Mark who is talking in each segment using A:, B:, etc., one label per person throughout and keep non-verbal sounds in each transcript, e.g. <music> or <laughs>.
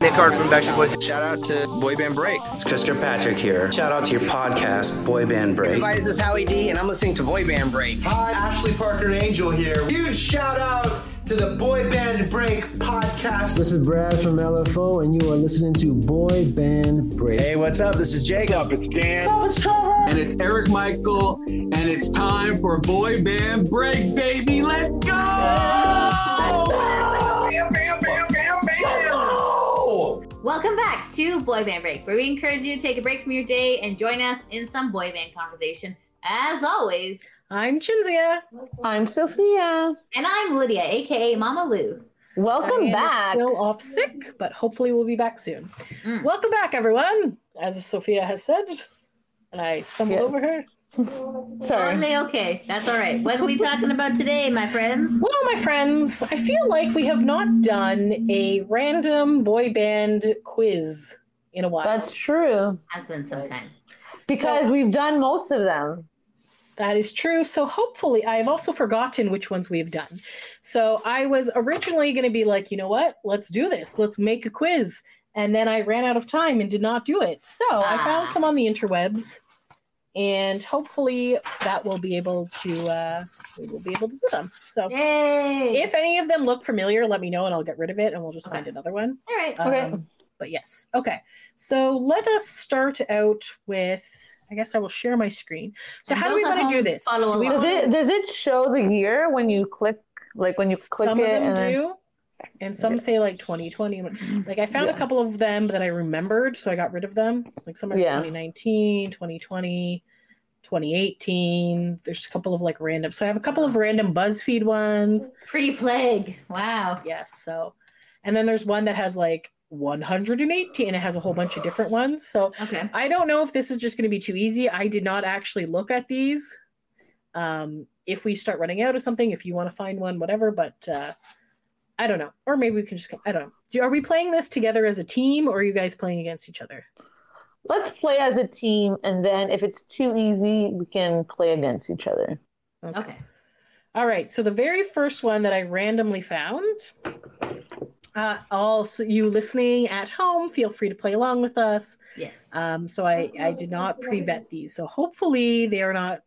A: Hickard from Backstreet Boys.
B: Shout out to Boy Band Break.
C: It's Chris Kirkpatrick here. Shout out to your podcast, Boy Band Break.
B: Guys, this is Howie D, and I'm listening to Boy Band Break.
D: Hi, Ashley Parker Angel here. Huge shout out to the Boy Band Break podcast.
E: This is Brad from LFO, and you are listening to Boy Band Break.
F: Hey, what's up? This is Jacob.
G: It's Dan.
H: What's up? It's Trevor.
I: And it's Eric Michael, and it's time for Boy Band Break, baby. Let's go! Bam, bam, bam, bam,
J: bam. Welcome back to Boy Band Break, where we encourage you to take a break from your day and join us in some boy band conversation. As always,
K: I'm Chinzia.
L: I'm Sophia.
J: And I'm Lydia, aka Mama Lou.
L: Welcome Diane back.
K: Still off sick, but hopefully we'll be back soon. Mm. Welcome back, everyone. As Sophia has said, and I stumbled yeah. over her.
J: Sorry. Totally okay. That's all right. What are we talking about today, my friends?
K: Well, my friends, I feel like we have not done a random boy band quiz in a while.
L: That's true.
J: Has been some time.
L: Because so, we've done most of them.
K: That is true. So hopefully, I have also forgotten which ones we've done. So I was originally going to be like, you know what? Let's do this. Let's make a quiz. And then I ran out of time and did not do it. So ah. I found some on the interwebs, and hopefully that will be able to uh, we will be able to do them. So
J: Yay.
K: if any of them look familiar, let me know, and I'll get rid of it, and we'll just okay. find another one.
J: All right.
K: Um,
J: okay.
K: But yes. Okay. So let us start out with I guess I will share my screen. So and how do we want to do this?
L: Do
K: we,
L: does it does it show the year when you click like when you click
K: some
L: it?
K: Some of them and do, and some say like 2020. Like I found yeah. a couple of them that I remembered, so I got rid of them. Like some are yeah. 2019, 2020. 2018 there's a couple of like random so i have a couple of random buzzfeed ones
J: pre-plague wow
K: yes so and then there's one that has like 118 and it has a whole bunch of different ones so
J: okay.
K: i don't know if this is just going to be too easy i did not actually look at these um, if we start running out of something if you want to find one whatever but uh, i don't know or maybe we can just come i don't know Do, are we playing this together as a team or are you guys playing against each other
L: let's play as a team and then if it's too easy we can play against each other
J: okay, okay.
K: all right so the very first one that i randomly found uh, also you listening at home feel free to play along with us
J: yes
K: um, so i i did not pre-vet these so hopefully they are not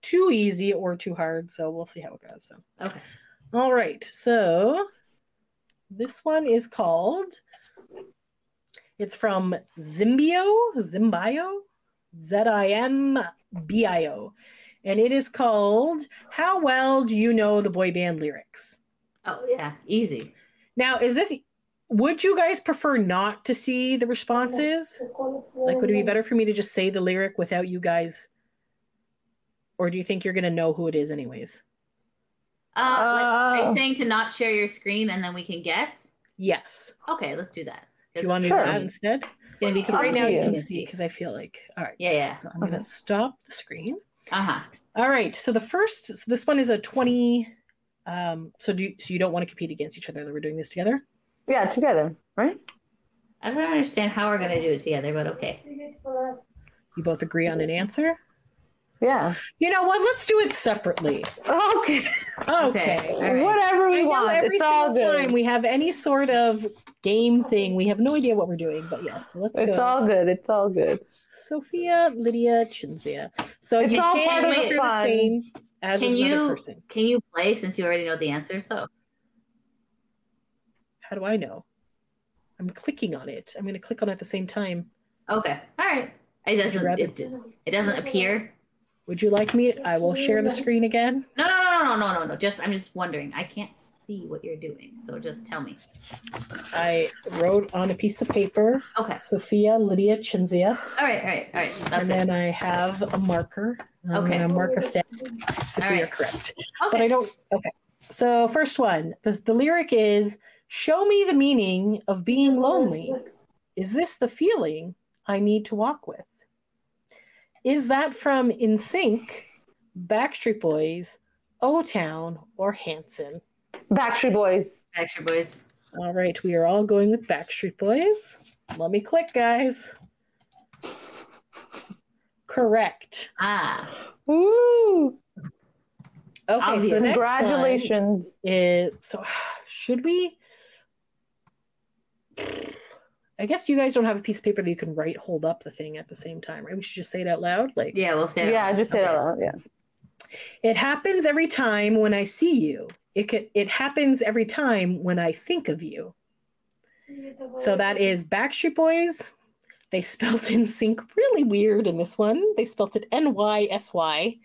K: too easy or too hard so we'll see how it goes so
J: okay
K: all right so this one is called it's from zimbio zimbio z-i-m-b-i-o and it is called how well do you know the boy band lyrics
J: oh yeah easy
K: now, is this? Would you guys prefer not to see the responses? Like, would it be better for me to just say the lyric without you guys? Or do you think you're gonna know who it is anyways?
J: Uh, uh, are
L: Oh.
K: oh.
J: you saying to not share your screen and then we can guess?
K: Yes.
J: Okay, let's do that.
K: Do you want to sure. do that instead?
J: It's gonna be
K: because right now Oh, you can see because I feel like all right.
J: Yeah, yeah.
K: So I'm
L: Uh-huh.
K: okay. gonna stop the screen.
J: Uh huh.
K: All right. So the first, so this one is a twenty. Um, so do you, so you don't want to compete against each other that we're doing this together?
L: Yeah, together, right?
J: I don't understand how we're going to do it together, but okay.
K: You both agree on an answer?
L: Yeah.
K: You know what? Let's do it separately.
L: Okay.
K: Okay. okay.
L: Right. Whatever we want.
K: Every
L: it's
K: single
L: all good.
K: time we have any sort of game thing, we have no idea what we're doing, but yes, so let's
L: it's
K: go.
L: all good. It's all good.
K: Sophia, Lydia, Chinzia. So
L: it's
K: you
L: all
K: can't
L: part of the,
K: the same as
J: can
K: you,
J: person. Can you play since you already know the answer? So
K: how do I know? I'm clicking on it. I'm going to click on it at the same time.
J: Okay. All right. It doesn't. It, it, doesn't appear.
K: Would you like me? I will share the screen again.
J: No, no, no, no, no, no, no. Just I'm just wondering. I can't see what you're doing, so just tell me.
K: I wrote on a piece of paper.
J: Okay.
K: Sophia, Lydia, Chinzia.
J: All right, all right, all right. That's
K: and
J: it.
K: then I have a marker. I'm
J: okay.
K: going to mark a stat if
J: All
K: we
J: right.
K: are correct.
J: Okay.
K: But I don't. Okay. So, first one the, the lyric is Show me the meaning of being lonely. Is this the feeling I need to walk with? Is that from In Sync, Backstreet Boys, O Town, or Hanson?
L: Backstreet Boys.
J: Backstreet Boys.
K: All right. We are all going with Backstreet Boys. Let me click, guys. Correct.
J: Ah.
L: Woo.
K: Okay.
L: Obvious.
K: So the next
L: Congratulations.
K: Is, so should we? I guess you guys don't have a piece of paper that you can write hold up the thing at the same time, right? We should just say it out loud. Like
J: Yeah, we'll say.
L: Yeah, just say it out loud. Yeah.
K: it happens every time when I see you. It could, it happens every time when I think of you. So that is Backstreet Boys. They spelt in sync really weird in this one. They spelt it N Y S Y.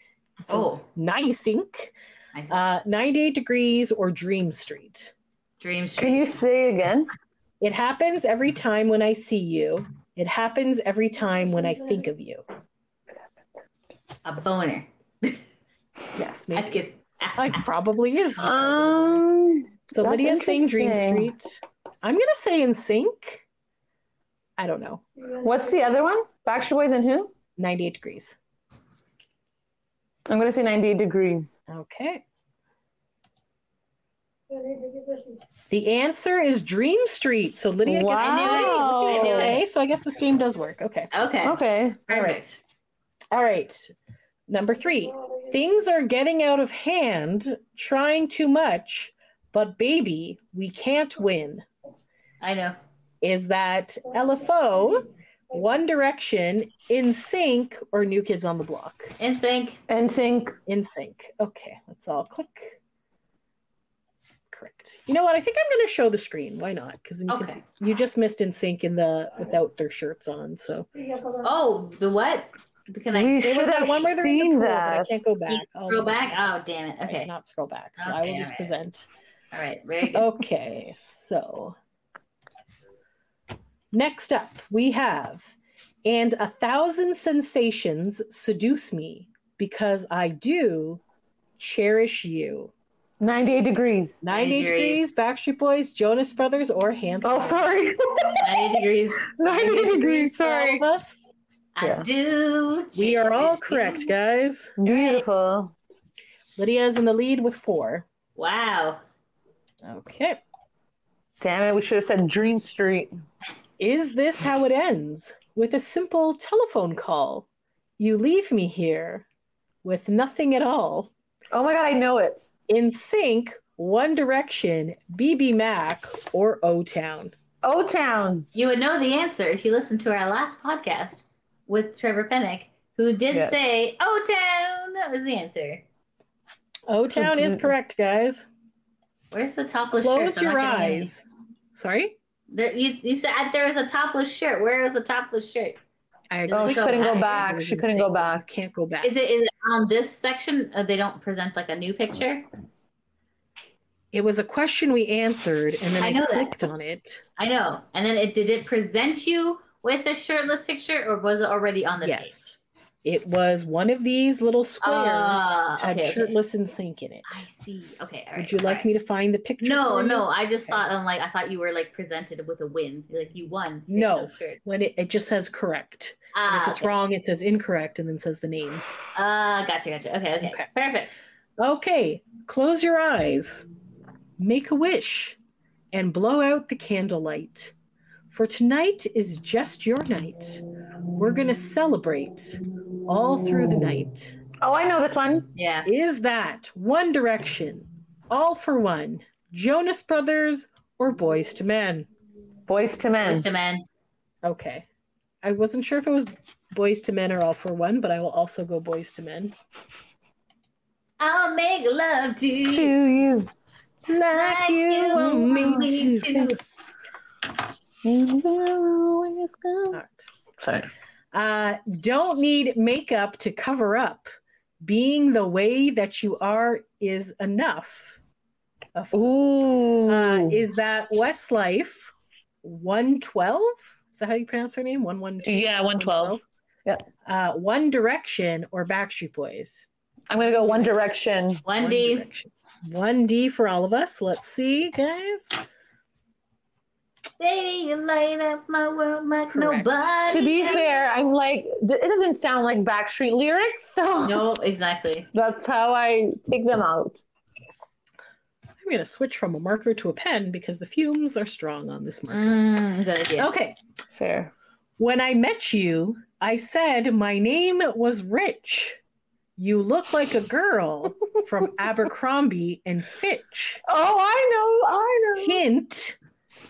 J: Oh,
K: Nysync.
J: I-
K: Uh, 98 Degrees or Dream Street.
J: Dream Street.
L: Can you say it again?
K: It happens every time when I see you. It happens every time when I think of you.
J: A boner.
K: Yes,
J: I
K: maybe.
J: could.
K: It probably is.
L: Um,
K: So
L: That's
K: Lydia's saying Dream
L: interesting.
K: Street. I'm gonna say in sync. I don't know.
L: what's the other one? Backstreet Boys and who?
K: 98 degrees.
L: I'm gonna say 98 degrees.
K: Okay. The answer is Dream Street. So Lydia
L: wow.
K: gets
J: I knew it.
K: okay. So I guess this game does work. Okay.
J: Okay.
L: Okay.
K: All
J: Perfect.
K: right. All right. Number three. Things are getting out of hand, trying too much, but baby, we can't win.
J: I know.
K: Is that LFO, One Direction, In Sync, or New Kids on the Block?
J: In sync.
L: And think
K: In Sync. Okay, let's all click. Correct. You know what? I think I'm going to show the screen. Why not? Because then you
J: Okay.
K: can see. You just missed In Sync in the without their shirts on. So
J: Oh, the what? Can I
L: we
K: it
L: should
K: was that
L: have
K: one where they're in the
L: seen
K: pool, but
L: that.
K: I can't go back. I'll-
J: scroll back? Oh, damn it.
K: I
J: Okay.
K: cannot scroll back. So I
J: Okay,
K: will just
J: alright.
K: present.
J: All right. Very good.
K: Okay, so next up we have and a thousand sensations seduce me because I do cherish you.
L: 98 degrees.
K: 98
J: Degrees.
K: degrees, Backstreet Boys, Jonas Brothers, or Hanson.
L: Oh, sorry. <laughs>
K: Oh.
J: 90 degrees.
K: <laughs>
L: 98 degrees.
K: for all
L: Sorry.
K: of us.
J: I
L: Yeah.
J: do.
K: We are all
J: cherish
K: correct,
J: you.
K: guys.
L: Beautiful.
K: Lydia is in the lead with four.
J: Wow.
K: Okay.
L: Damn it, we should have said Dream Street.
K: Is this how it ends? With a simple telephone call. You leave me here with nothing at all.
L: Oh my god, I know it.
K: In Sync, One Direction, BB Mac, or O Town?
L: O Town.
J: You would know the answer if you listened to our last podcast with Trevor Pennick, who did
L: Yes.
J: say O Town. That was the answer.
K: O Town is
L: Mhm.
K: correct, guys.
J: Where's the topless shirt?
K: Close your eyes. Sorry?
J: There, you, you said uh, there was a topless shirt. Where is the topless shirt?
K: I
J: Is it
L: Oh, she
J: show
L: couldn't go
J: eyes?
L: back. She couldn't go back.
K: Can't go back.
J: Is it is it on this section? Uh, they don't present like a new picture.
K: It was a question we answered, and then
J: I
K: I,
J: know that.
K: clicked on it.
J: I know. And then it did it present you with a shirtless picture, or was it already on the
K: Yes. It was one of these little
J: page?
K: squares
J: Ah,
K: had
J: okay, okay.
K: shirtless and sync in it.
J: I see. Okay. All right.
K: Would you like me to find the picture?
J: No,
K: for you?
J: no. I just
K: Okay.
J: thought I'm like I thought you were like presented with a win, like you won. There's
K: No.
J: shirt.
K: When it, it just says correct. And
J: Ah,
K: if it's
J: okay.
K: wrong, it says incorrect and then says the name.
J: Ah, gotcha, gotcha. Okay, okay,
K: Okay.
J: perfect.
K: Okay, close your eyes, make a wish, and blow out the candlelight. For tonight is just your night. We're going to celebrate all through the night.
L: Oh, I know this one.
J: Yeah.
K: Is that One Direction, All for One, Jonas Brothers, or Boys to Men?
L: Boys to
K: Hmm.
L: Men.
J: Mr. Man.
K: Okay. I wasn't sure if it was Boys to Men or All for One, but I will also go Boys to Men.
J: I'll make love to
L: To
J: you.
L: you.
K: Like, you want me to.
L: You know where it's going.
K: All right.
L: Sorry.
K: Uh, don't need makeup to cover up. Being the way that you are is enough. Of-
L: Ooh.
K: Uh, is that Westlife 112? Is that how you pronounce her name? 112?
L: Yeah, 112. Yeah.
K: Uh, One Direction or Backstreet Boys?
L: I'm gonna go One Direction.
J: One D.
K: Direction. 1D for all of us. Let's see, guys.
J: Baby, you light up my world like
K: Correct.
J: nobody.
L: To be
J: else.
L: fair, I'm like th- it doesn't sound like Backstreet lyrics, so
J: No, exactly.
L: <laughs> that's how I take them out.
K: I'm going to switch from a marker to a pen because the fumes are strong on this marker.
J: Mm, good idea.
K: Okay.
L: Fair.
K: When I met you, I said my name was Rich. You look like a girl
L: <laughs>
K: from Abercrombie and Fitch.
L: Oh, I know, I know.
K: Hint,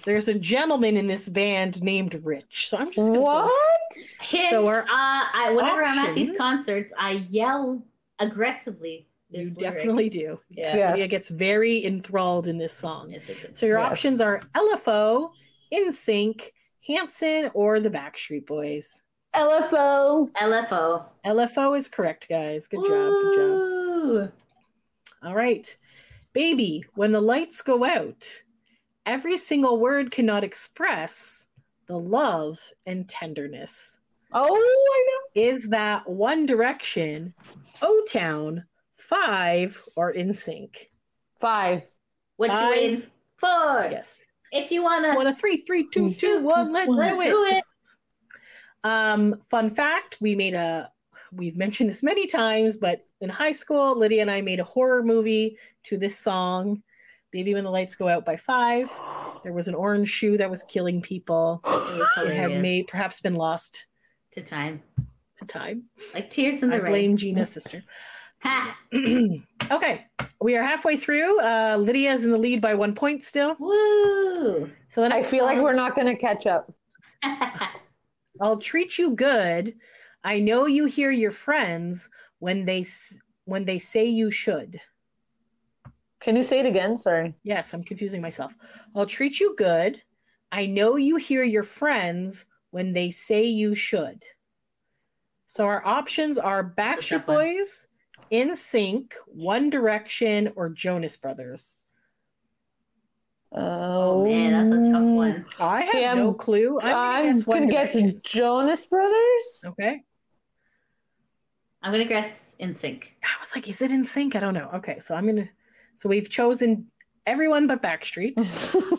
K: There's a gentleman in this band named Rich. So I'm <laughs> just gonna
L: What?
K: put-
J: Hint,
K: So
J: uh,
K: our
J: I, whenever I'm at these
K: options-
J: concerts, I yell aggressively. This
K: you
J: lyric.
K: definitely do.
J: <laughs> Yeah.
L: Yes.
K: Lydia gets very enthralled in this song.
J: It's a good
K: So your
L: Yes.
K: options are LFO, NSYNC, Hanson, or the Backstreet Boys.
L: LFO.
J: LFO.
K: LFO is correct, guys. Good job. Good job.
J: Ooh.
K: All right. Baby, when the lights go out, every single word cannot express the love and tenderness.
L: Oh,
K: Is that One Direction, O Town, Five, or In Sync?
L: I know. Five.
J: What you
K: Five.
J: waiting for?
K: Yes.
J: If you wanna
K: One, a three, three, two, two, one. Let's
J: let's
K: do it. Um, fun fact: We made a. We've mentioned this many times, but in high school, Lydia and I made a horror movie to this song, "Baby When the Lights Go Out" by Five. There was an orange shoe that was killing people.
J: It was
K: It
J: hilarious
K: has may perhaps been lost
J: to time,
K: to time.
J: like tears from the
K: I
J: rain.
K: blame Gina's sister. <clears throat>
J: Ha!
K: okay, we are halfway through. Uh, Lydia is in the lead by one point still.
J: Woo! <laughs>
K: So then
L: I feel like we're not going to catch up.
K: I'll treat you good. I know you hear your friends when they s- when they say you should.
L: Can you say it again? Sorry.
K: Yes, I'm confusing myself. I'll treat you good. I know you hear your friends when they say you should. So our options are Backstreet
J: tough one.
K: Boys, In Sync, One Direction, or Jonas Brothers.
J: oh man, that's a tough one.
K: I have
L: Okay, I'm-
K: no clue. I'm gonna
L: Um, I'm
K: guess One
L: going to guess
K: Direction.
L: Jonas
K: <laughs>
L: Brothers.
K: Okay.
J: I'm gonna guess in sync.
K: I was like, is it In Sync? I don't know. Okay, so I'm gonna. So we've chosen everyone but Backstreet.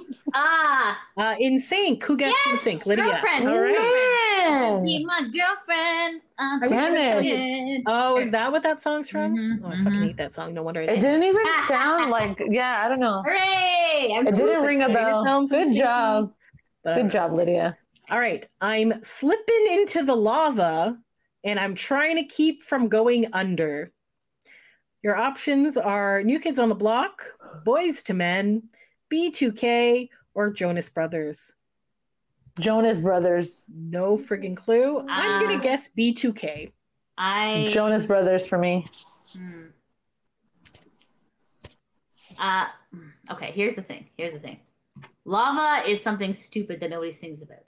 L: <laughs>
J: Ah,
K: Uh, in sync. Who guessed
J: Yes,
K: in sync? Lydia.
J: girlfriend.
K: All right.
J: be my girlfriend. I'm
K: I wish I
L: Damn
K: would tell
L: it.
K: you. Oh, is that what that song's from?
J: Mhm,
K: oh, I fucking
J: mhm.
K: hate that song. No wonder I
L: It
K: didn't.
L: didn't even sound like, yeah, I don't know.
J: Hooray! I'm
L: It
J: too-
L: didn't ring a
K: It just
L: bell.
K: sounds
L: Good
K: insane.
L: job.
K: But-
L: Good job, Lydia.
K: All right. I'm slipping into the lava and I'm trying to keep from going under. Your options are New Kids on the Block, Boys to Men, B2K, or Jonas Brothers.
L: Jonas Brothers.
K: No friggin' clue. I'm going
J: Ah.
K: to guess B2K.
J: I
L: Jonas Brothers for me.
J: Hmm. Uh, mm, okay, here's the thing. Here's the thing. Lava is something stupid that nobody sings about.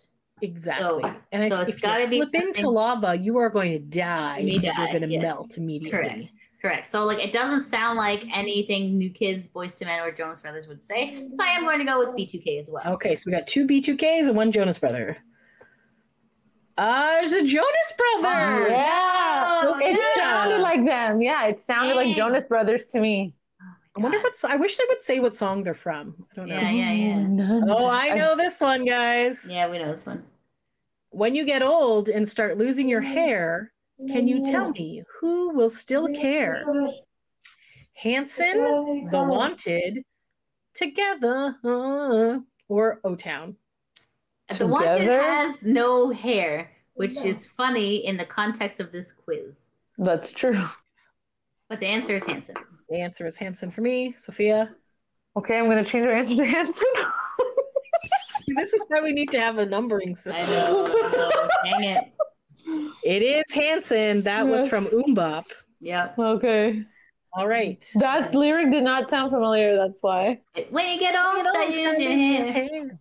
K: Exactly. and
J: so
K: I-
J: it's
K: if you
J: gotta be
K: slip into
J: something-
K: lava, you are going to die
J: You may
K: because
J: die,
K: you're going to
J: yes.
K: melt immediately.
J: Correct. Correct. So like it doesn't sound like anything New Kids, Boys to Men, or Jonas Brothers would say. So I am going to go with B2K as well.
K: Okay, so we got two B2Ks and one Jonas brother. Uh, there's a Jonas brother.
L: Yeah.
J: Oh,
L: it
J: yeah.
L: sounded like them. Yeah, it sounded
J: Dang.
L: like Jonas Brothers to me.
K: I wonder what's. I wish they would say what song they're from. I don't know.
J: Yeah, yeah, yeah.
K: <laughs> Oh, I know this one, guys.
J: Yeah, we know this one.
K: When you get old and start losing
J: Mm-hmm.
K: your hair, can you tell me who will still care? Hanson, The Wanted, Together, uh, or O Town?
J: The Wanted
L: Together?
J: has no hair, which is funny in the context of this quiz.
L: That's true.
J: But the answer is Hanson.
K: The answer is Hanson for me, Sophia.
L: Okay, I'm gonna change our answer to Hanson. <laughs>
K: This is why we need to have a numbering
J: I
K: system.
J: know. I know. Dang it.
K: It is Hanson. That was
L: Yes.
K: from Oombop.
J: Yep.
L: okay.
K: All right.
L: That lyric did not sound familiar, that's why.
J: When you get old, start using hair.
K: Can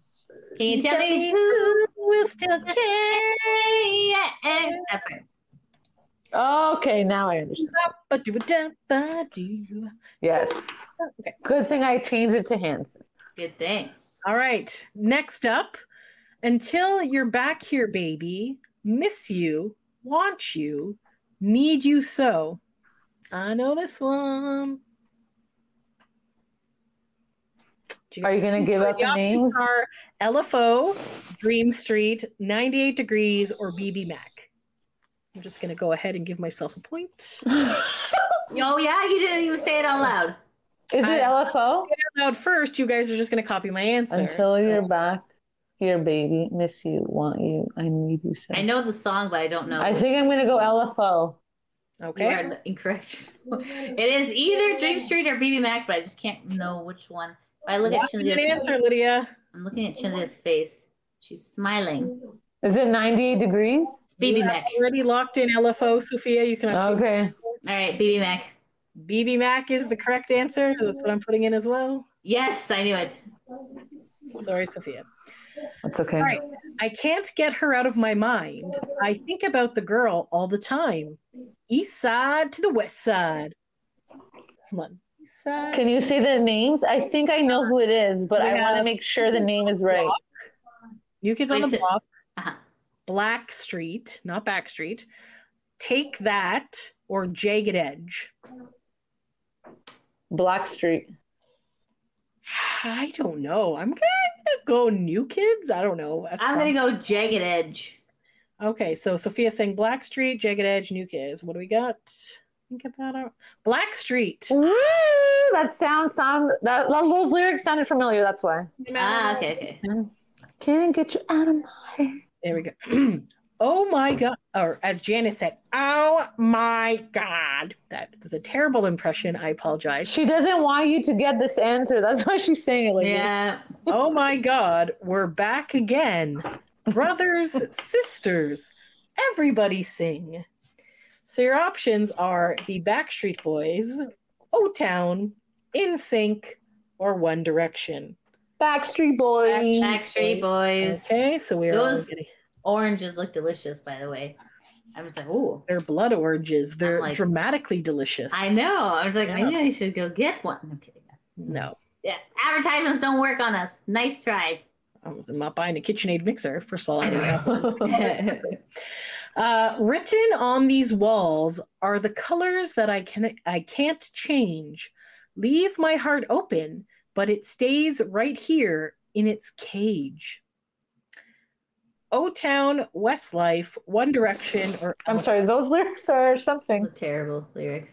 J: Can you tell me who?
K: who
J: <laughs>
K: will still care?
J: Yeah, and that part.
L: Okay, now I understand.
K: Ba-do-ba-da-ba-do.
L: Yes.
K: Okay.
L: Good thing I changed it to Hanson.
J: Good thing.
K: All right. Next up, until you're back here, baby, miss you, want you, need you so. I know this one. Do
L: Are you gonna give
K: The
L: up the
K: options <laughs>
L: names?
K: are LFO, Dream Street, 98 Degrees, or BB Mac. I'm just going to go ahead and give myself a point.
J: Oh yeah, you didn't even say it out loud.
L: Is it
K: I-
L: LFO?
K: Out first, you guys are just going to copy my answer.
L: Until you're back here, baby. Miss you, want you, I need you so.
J: I know the song, but I don't know.
L: I think I'm gonna go LFO.
J: you
K: okay.
J: are incorrect. <laughs> it is either Dream Street or BB Mac, but I just can't know which one. If I look
K: Lock
J: at
K: in an
J: Shinzia,
K: answer, Lydia.
J: I'm looking at Chinda's face. She's smiling.
L: Is it 98 degrees?
J: It's BB
K: You have
J: Mac.
K: already locked in LFO, Sophia. You
L: Oh.
K: can actually
L: Okay.
J: All right, BB Mac.
K: BB Mac is the correct answer. That's what I'm putting in as well.
J: Yes, I knew it.
K: Sorry, Sophia.
L: That's okay.
K: All right. I can't get her out of my mind. I think about the girl all the time. East side to the west side. Come on. East side.
L: Can you say the names? I think I know who it is, but I
K: Yeah.
L: want to make sure the name is right.
K: Block. New Kids on the
J: Wait, so-
K: Block.
J: Uh-huh.
K: Black Street, not Backstreet. Take that or Jagged Edge.
L: Black Street.
K: I don't know. I'm gonna go New Kids. I don't know. That's
J: I'm
K: fine.
J: gonna go Jagged Edge.
K: Okay, so Sophia saying Black Street, Jagged Edge, New Kids. What do we got? Think about it. Black Street.
L: Woo! That sound sound that those lyrics sounded familiar. That's why.
J: Ah, okay, okay.
L: Can't get you out of my head.
K: There we go. <clears throat> oh my god. Or as Janice said, oh my god. That was a terrible impression. I apologize.
L: She doesn't want you to get this answer. That's why she's saying it like this.
J: Yeah.
K: oh my god, we're back again.
J: <laughs>
K: Brothers, sisters, everybody sing. So your options are the Backstreet Boys, O Town, In Sync, or One Direction.
L: Backstreet Boys.
J: Backstreet Boys.
K: Okay, so we're all
J: Those-
K: getting
J: Oranges look delicious, by the way. I'm just like, ooh.
K: their blood oranges. They're
J: like-
K: dramatically delicious.
J: I know. I was like,
K: Yeah.
J: maybe I should go get one. I'm kidding.
K: No,
J: Yeah. Advertisements don't work on us. Nice try.
K: I'm not buying a KitchenAid mixer. First of all, I
J: I
K: <laughs> don't have
J: know. <laughs>
K: one. <laughs> Uh, written on these walls are the colors that I can I can't change. Leave my heart open, but it stays right here in its cage. O Town, Westlife, One Direction, or
L: I'm sorry, those lyrics are something.
J: Those are terrible lyrics.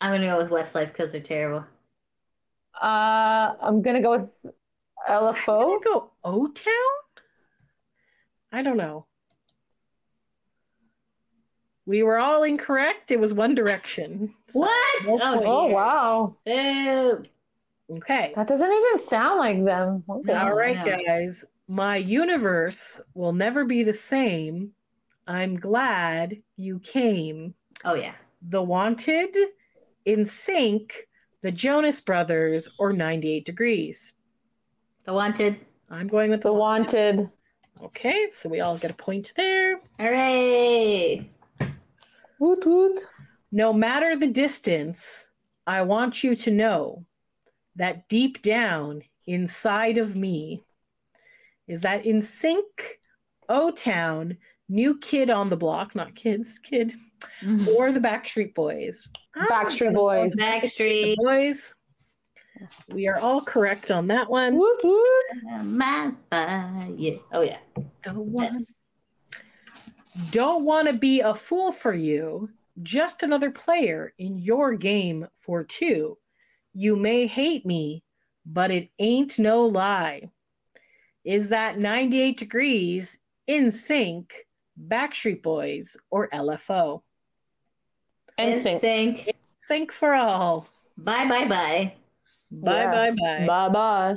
J: I'm gonna go with Westlife because they're terrible.
L: Uh, I'm gonna go with
K: I'm
L: LFO.
K: gonna go O Town. I don't know. We were all incorrect. It was One Direction. So-
J: What?
K: no
J: Oh,
K: point.
L: Oh
J: dear.
L: wow,
J: Boo.
K: Okay.
L: that doesn't even sound like them. Okay.
J: No.
K: All right,
J: no.
K: guys. My universe will never be the same. I'm glad you came.
J: Oh yeah.
K: The Wanted, In Sync, The Jonas Brothers, or 98 Degrees.
J: The Wanted.
K: I'm going with
L: The
K: the.
L: Wanted.
K: Okay, so we all get a point there.
J: Hooray.
L: Woot woot.
K: No matter the distance, I want you to know that deep down inside of me is that in sync, O Town, new kid on the block, not kids, kid,
J: Mhm.
K: or the Backstreet Boys. I'm
L: Backstreet
K: gonna
L: Boys.
J: Backstreet.
K: go Boys. We are all correct on that one.
L: Woot woot.
J: My fire. Oh yeah.
K: The
J: Yes.
K: one Don't want to be a fool for you, just another player in your game for two. You may hate me, but it ain't no lie. Is that 98 degrees in sync, Backstreet Boys, or LFO?
L: And
J: In
L: sync.
J: sync.
K: Sync for all.
J: Bye bye bye.
K: Bye,
L: Yeah.
K: bye, bye.
L: Bye bye.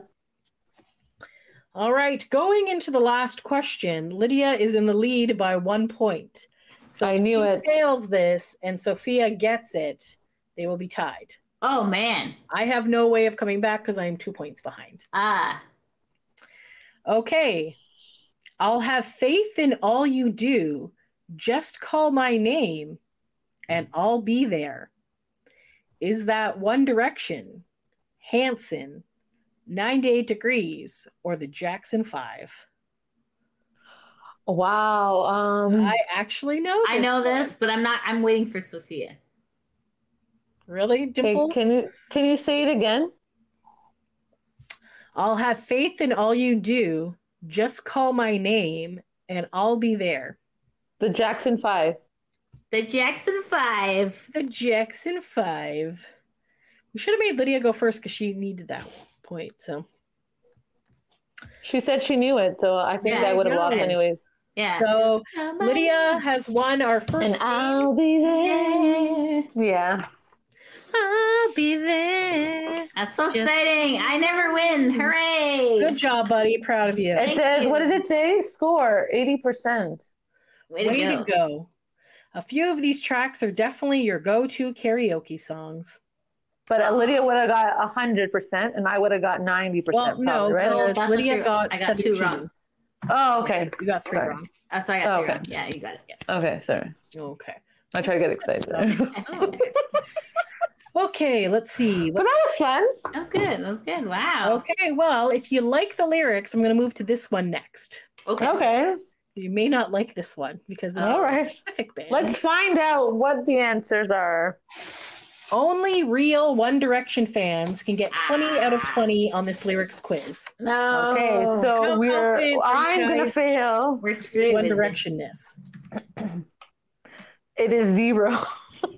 K: All right, going into the last question, Lydia is in the lead by one point. So
L: I knew
K: if
L: it.
K: she fails this and Sophia gets it, they will be tied.
J: Oh man.
K: I have no way of coming back because I am two points behind.
J: Ah.
K: Okay. I'll have faith in all you do. Just call my name and I'll be there. Is that One Direction, Hanson, 98 Degrees, or the Jackson Five?
L: Wow. Um.
K: I actually know this.
J: Mm. I know
K: one.
J: this, but I'm not. I'm waiting for Sophia.
K: Really,
L: okay,
K: Dimples?
L: can you can you say it again?
K: I'll have faith in all you do. Just call my name and I'll be there.
L: The Jackson Five.
J: The Jackson Five.
K: The Jackson Five. We should have made Lydia go first because she needed that point. So,
L: She said she knew it, so I think
J: Yeah,
L: I would have
K: I
L: lost
K: know.
L: anyways.
J: Yeah.
K: so
J: Come on.
K: Lydia has won our first.
L: And I'll be there. Yeah.
K: I'll be there.
J: That's so
K: Just-
J: exciting. I never win. Hooray.
K: Good job, buddy. Proud of you.
J: Thank
L: It says,
J: you.
L: what does it say? Score 80%.
J: Way to
K: Way
J: go.
K: to go. A few of these tracks are definitely your go to karaoke songs.
L: But uh, Lydia would have got 100% and I would have got 90%.
K: Well, no,
L: probably, right?
J: no.
K: because
J: That's not
K: Lydia
J: true.
K: got
J: I got two
K: 17.
J: wrong.
L: Oh, okay.
K: You got three
L: Sorry.
K: wrong.
J: Oh, so I got
L: Oh,
J: three
L: okay.
J: wrong. Yeah, you got it. Yes.
K: Oh.
L: Okay, sorry.
K: Okay.
L: I try to get excited. <laughs> there.
K: Okay. <laughs> okay, let's see.
L: but that was fun.
J: That was good. That was good. Wow.
K: Okay, well, if you like the lyrics, I'm going to move to this one next.
J: Okay.
L: Okay.
K: You may not like this one because this
L: All
K: is
L: right.
K: a specific band.
L: Let's find out what the answers are.
K: Only real One Direction fans can get 20 out of 20 on this lyrics quiz.
J: No.
L: Okay, so
K: How
L: we're.
K: confident are you
L: I'm gonna
K: guys?
L: fail.
J: we're screwed.
K: One
J: with this.
K: Directionness.
L: It is zero.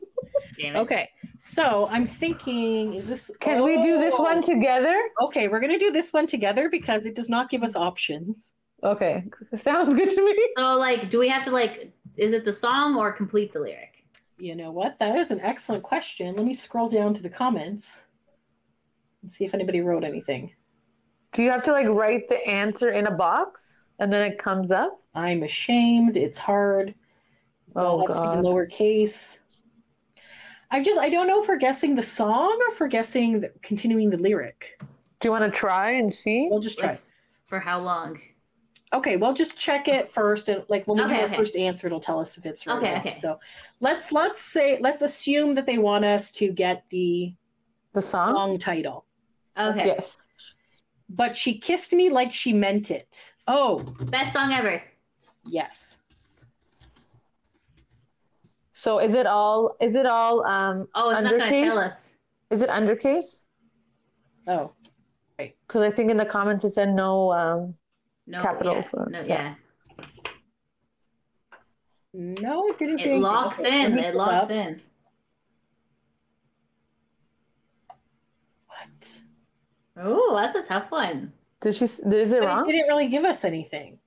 L: <laughs>
J: Damn it.
K: Okay, so I'm thinking, is this.
L: Can we do this
K: Oh.
L: one together?
K: Okay, we're going to do this one together because it does not give us options.
L: Okay, <laughs> sounds good to me.
J: So, like, do we have to like? Is it the song or complete the lyric?
K: You know what? That is an excellent question. Let me scroll down to the comments and see if anybody wrote anything.
L: Do you have to like write the answer in a box and then it comes up?
K: I'm ashamed. It's hard. It's all
L: Oh,
K: has to
L: God.
K: be lowercase. I just I don't know if we're guessing the song or if we're guessing the, continuing the lyric.
L: Do you want to try and see?
K: We'll just try.
J: Like, for how long?
K: Okay, we'll just check it first, and like when we
J: Okay,
K: get our
J: okay.
K: first answer, it'll tell us if it's right.
J: Okay,
K: or not.
J: okay.
K: So let's let's say let's assume that they want us to get the
L: The song?
K: song title.
J: Okay.
L: Yes.
K: But she kissed me like she meant it. Oh
J: Best song ever.
K: yes.
L: So is it all? Is it all? Um,
J: Oh, it's not gonna
L: undercase?
J: tell us.
L: Is it undercase?
K: Oh
L: Because I think in the comments it said no. Um,
J: No.
L: Capitals
J: Yeah.
L: or-
J: No,
L: yeah.
J: yeah.
K: no, it didn't. do
J: It
K: anything.
J: locks
K: Okay, let
J: in.
K: me
J: It
K: pull
J: locks
K: up.
J: in.
K: What?
J: Oh, that's a tough one.
L: did she? s- Is it
K: But
L: wrong?
K: it didn't really give us anything.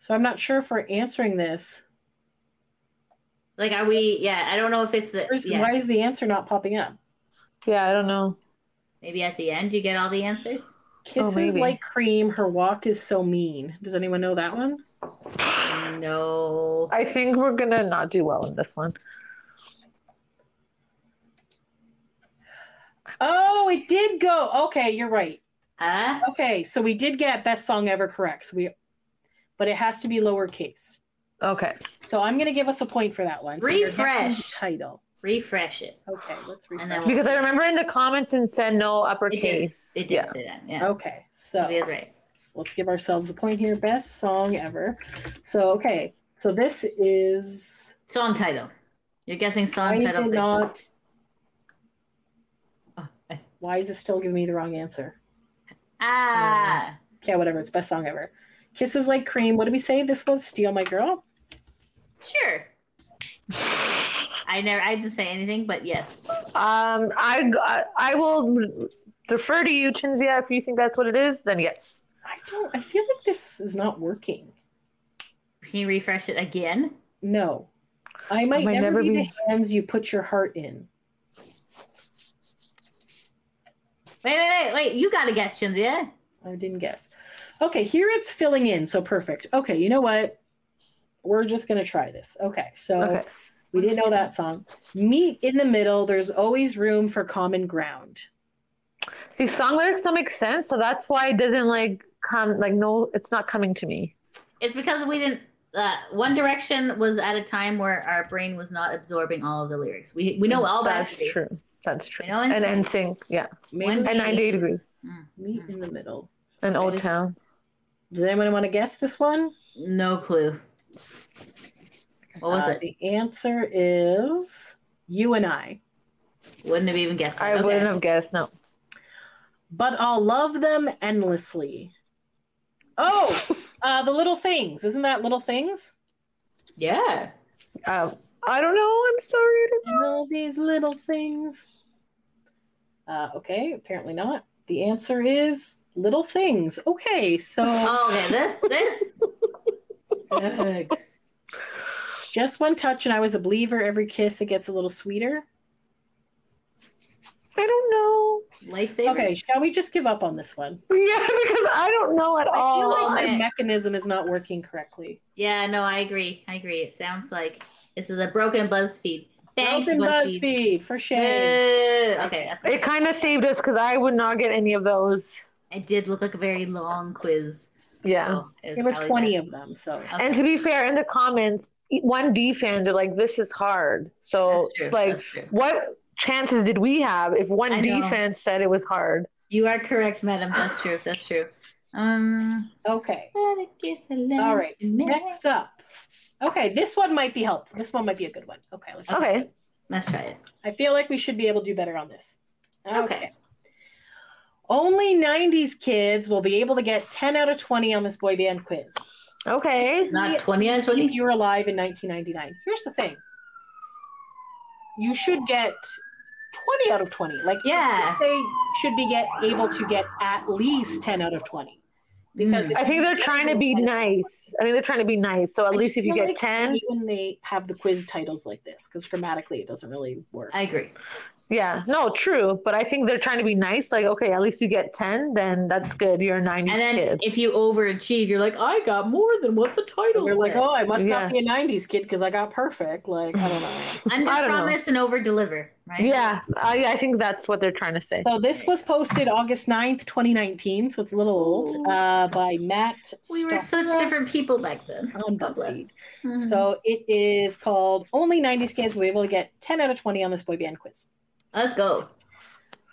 K: So I'm not sure if we're answering this.
J: Like, are we? Yeah, I don't know if it's the.
K: First,
J: yeah, Oh,
K: Why is the answer not popping up?
L: Yeah, I don't know.
J: Maybe at the end you get all the answers.
K: Kisses
L: maybe.
K: like cream, her walk is so mean. Does anyone know that one?
J: No.
L: I think we're gonna not do well in this one.
K: Oh, it did go. Okay, you're right.
J: Huh?
K: Okay, so we did get best song ever correct. So we, but it has to be lowercase.
L: Okay.
K: So I'm gonna give us a point for that one. So you're guessing the
J: Refresh.
K: title.
J: Refresh it.
K: Okay, let's
J: And
K: refresh.
J: then
L: Because I remember in the comments and said no uppercase.
J: It did
L: yeah.
J: say that. Yeah.
K: Okay, so
J: Sylvia's right.
K: let's give ourselves a point here. Best song ever. So okay, so this is
J: Song title. You're guessing
K: Why
J: song
K: is
J: title.
K: it
J: based on-
K: not? Why is it still giving me the wrong answer?
J: Ah.
K: Okay, whatever. It's best song ever. Kisses like cream. What did we say? This was "Steal My Girl."
J: Sure. I never. I didn't say anything, but yes.
L: Um, I I- I will defer to you, Chinzia. If you think that's what it is, then yes.
K: I don't. I feel like this is not working.
J: Can you refresh it again?
K: No, I might,
L: might
K: never,
L: never
K: be,
L: be-
K: the hands you put your heart in.
J: Wait, wait, wait, wait. You got to guess, Shinzia.
K: I didn't guess. Okay, here it's filling in. So perfect. Okay, you know what? We're just gonna try this. Okay, so
L: Okay.
K: we didn't know that song. Meet in the middle. There's always room for common ground.
L: These song lyrics don't make sense, so that's why it doesn't like come like no, it's not coming to me.
J: It's because we didn't. Uh, One Direction was at a time where our brain was not absorbing all of the lyrics. We we know all about
L: that's
J: it.
L: true. That's true.
J: We know
L: and
J: NSYNC.
L: NSYNC, yeah,
K: Maybe
J: When-
K: we
L: and 98 degrees,
K: meet in the middle.
L: and Old
J: just-
L: Town.
K: Does anyone want to guess this one?
J: No clue. What was
K: Uh,
J: it?
K: The answer is you and I.
J: Wouldn't have even guessed. It.
L: I
J: okay.
L: wouldn't have guessed. No.
K: But I'll love them endlessly.
J: <laughs>
K: Oh, uh, the little things. Isn't that little things?
J: Yeah.
L: Um, I don't know. I'm sorry. I don't know.
K: All these little things. Uh, okay, apparently not. The answer is little things. Okay, so
J: Oh, okay. This this sucks.
K: just one touch and I was a believer. Every kiss, it gets a little sweeter.
L: I don't know.
J: Lifesavers.
K: Okay, shall we just give up on this one?
L: <laughs> Yeah, because I don't know at
K: I feel
L: all.
J: Oh,
K: like the
J: man.
K: mechanism is not working correctly.
J: Yeah, no, I agree. I agree. It sounds like this is a broken BuzzFeed. Thanks,
K: Open
J: BuzzFeed.
K: BuzzFeed for shame.
J: Boo. Okay, that's
L: It
J: what
L: kind of saved us because I would not get any of those.
J: it did look like a very long quiz.
L: Yeah.
J: so it
K: There were
J: probably
K: twenty
J: best.
K: of them, so
J: Oh, Okay.
L: And to be fair, in the comments, e, one D fans are like, "This is hard." So,
J: That's true,
L: like,
J: that's true.
L: what chances did we have if
J: I
L: one D
J: know.
L: fan said it was hard?
J: you are correct, madam. That's true. That's true. Um,
K: okay.
J: but I guess I love
K: All right.
J: you, man.
K: Next up. Okay, this one might be helpful. This one might be a good one. Okay, let's
L: Okay.
J: Let's try it.
K: I feel like we should be able to do better on this. Okay.
J: Okay.
K: Only 90s kids will be able to get 10 out of 20 on this boy band quiz.
L: Okay.
J: Not twenty out of
K: If
J: twenty.
K: you were alive in 1999. Here's the thing you should get 20 out of 20. Like,
J: Yeah.
K: they should be get able to get at least 10 out of 20. Because
J: Mm.
K: if
L: I think they're
K: you-
L: trying to be nice. I think they're trying to be nice. So at
K: I
L: least if you
K: feel
L: get
K: like
L: ten,
K: Even they have the quiz titles like this, because grammatically it doesn't really work.
J: I agree.
L: yeah, no, true. But I think they're trying to be nice. Like, okay, at least you get ten, then that's good. You're a ninety
J: And then
L: kid.
J: if you overachieve, you're like, I got more than what the title
K: You're
J: said.
K: like, oh, I must
L: Yeah.
K: not be a 90s kid because I got perfect. Like, I don't know.
L: <laughs>
J: Under
L: I don't know.
J: promise and over deliver, right?
L: Yeah, I, I think that's what they're trying to say.
K: So this was posted August 9th, 2019, so it's a little old,
J: Ooh.
K: uh, by Matt
J: Oh. We were such
K: Stockdale
J: different people back then.
K: on
J: God bless. Hmm.
K: BuzzFeed.
L: Mm-hmm.
K: So it is called Only 90s Kids Will Be Able to Get 10 out of 20 on this boy band quiz.
J: Let's go.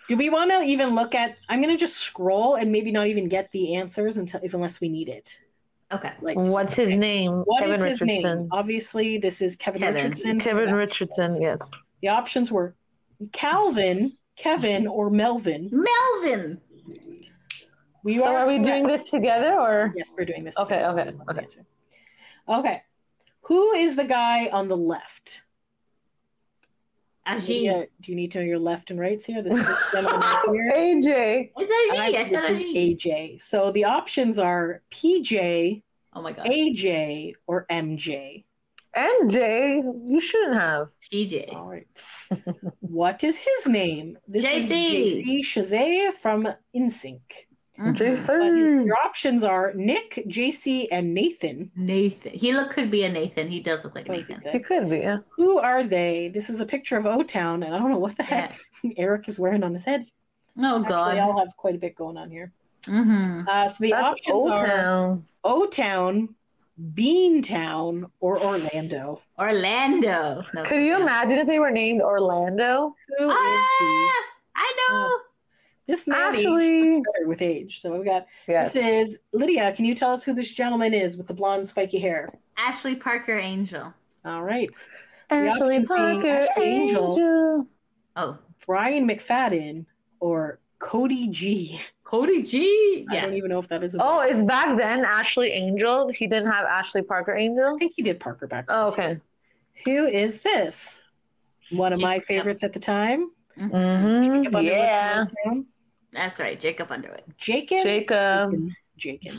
K: Do we want to even look at, I'm going to just scroll and maybe not even get the answers until, if, unless we need it.
J: Okay.
K: Like,
L: What's his name?
K: what
L: Kevin
K: is his name?
L: Richardson.
K: Obviously, this is Kevin,
J: Kevin.
K: Richardson.
L: Kevin Richardson. Yeah.
K: The options were Calvin, Kevin, or Melvin.
J: Melvin.
K: We
L: So are we
K: correct.
L: doing this together or?
K: Yes, we're doing this.
L: Okay,
K: together.
L: okay, okay.
K: Answer. Okay. Who is the guy on the left?
J: Ajit.
K: Yeah, do you need to know your left and rights here? This, this gentleman right
L: <laughs>
K: here.
L: AJ.
J: It's
K: And
J: Ajit. I
K: this
J: said
K: is
J: Ajit.
K: AJ. So the options are PJ,
J: Oh my god.
K: AJ, or MJ.
L: MJ, you shouldn't have.
J: PJ.
K: All right. what is his name? This
J: JC.
K: is JC Shazay from InSync.
J: Mhm.
K: Mm-hmm. But his-
L: Jason.
K: your options are Nick, JC, and Nathan.
J: Nathan. He look could be a Nathan. He does look like a
K: Suppose he
J: Nathan. <laughs>
K: could.
L: It could be, yeah.
K: Who are they? This is a picture of O Town, and I don't know what the heck <laughs> Eric is wearing on his head.
J: Oh
K: Actually,
J: god.
K: I'll have quite a bit going on here.
J: Mm-hmm.
K: Uh, so the
L: That's
K: options
L: old
K: are
L: town.
K: O Town, Bean Town, or Orlando.
J: Orlando. No,
L: Could you
J: no.
L: imagine if they were named Orlando?
K: Who is the,
J: Ah, I
K: this man aged
L: Actually,
K: better with age? So we've got
L: yes.
K: this is Lydia. Can you tell us who this gentleman is with the blonde spiky hair?
J: know. Ashley Parker Angel.
K: All right,
L: Ashley
K: options being
L: Parker,
K: Ashley Angel.
L: Angel.
J: Oh.
K: Brian McFadden or Cody G.
J: Cody G.
K: I don't
J: Yeah.
K: even know if that is. A
L: Oh, it's back then Ashley Angel. He didn't have Ashley Parker Angel.
K: I think he did Parker back.
L: Oh, okay.
K: Who is this? One of my
J: Jacob.
K: favorites at the time.
L: hmm
K: Jacob Underwood from
L: Yeah.
K: Motown.
J: Mm-hmm. That's right. Jacob Underwood.
K: Jacob.
L: Jacob.
K: Jacob.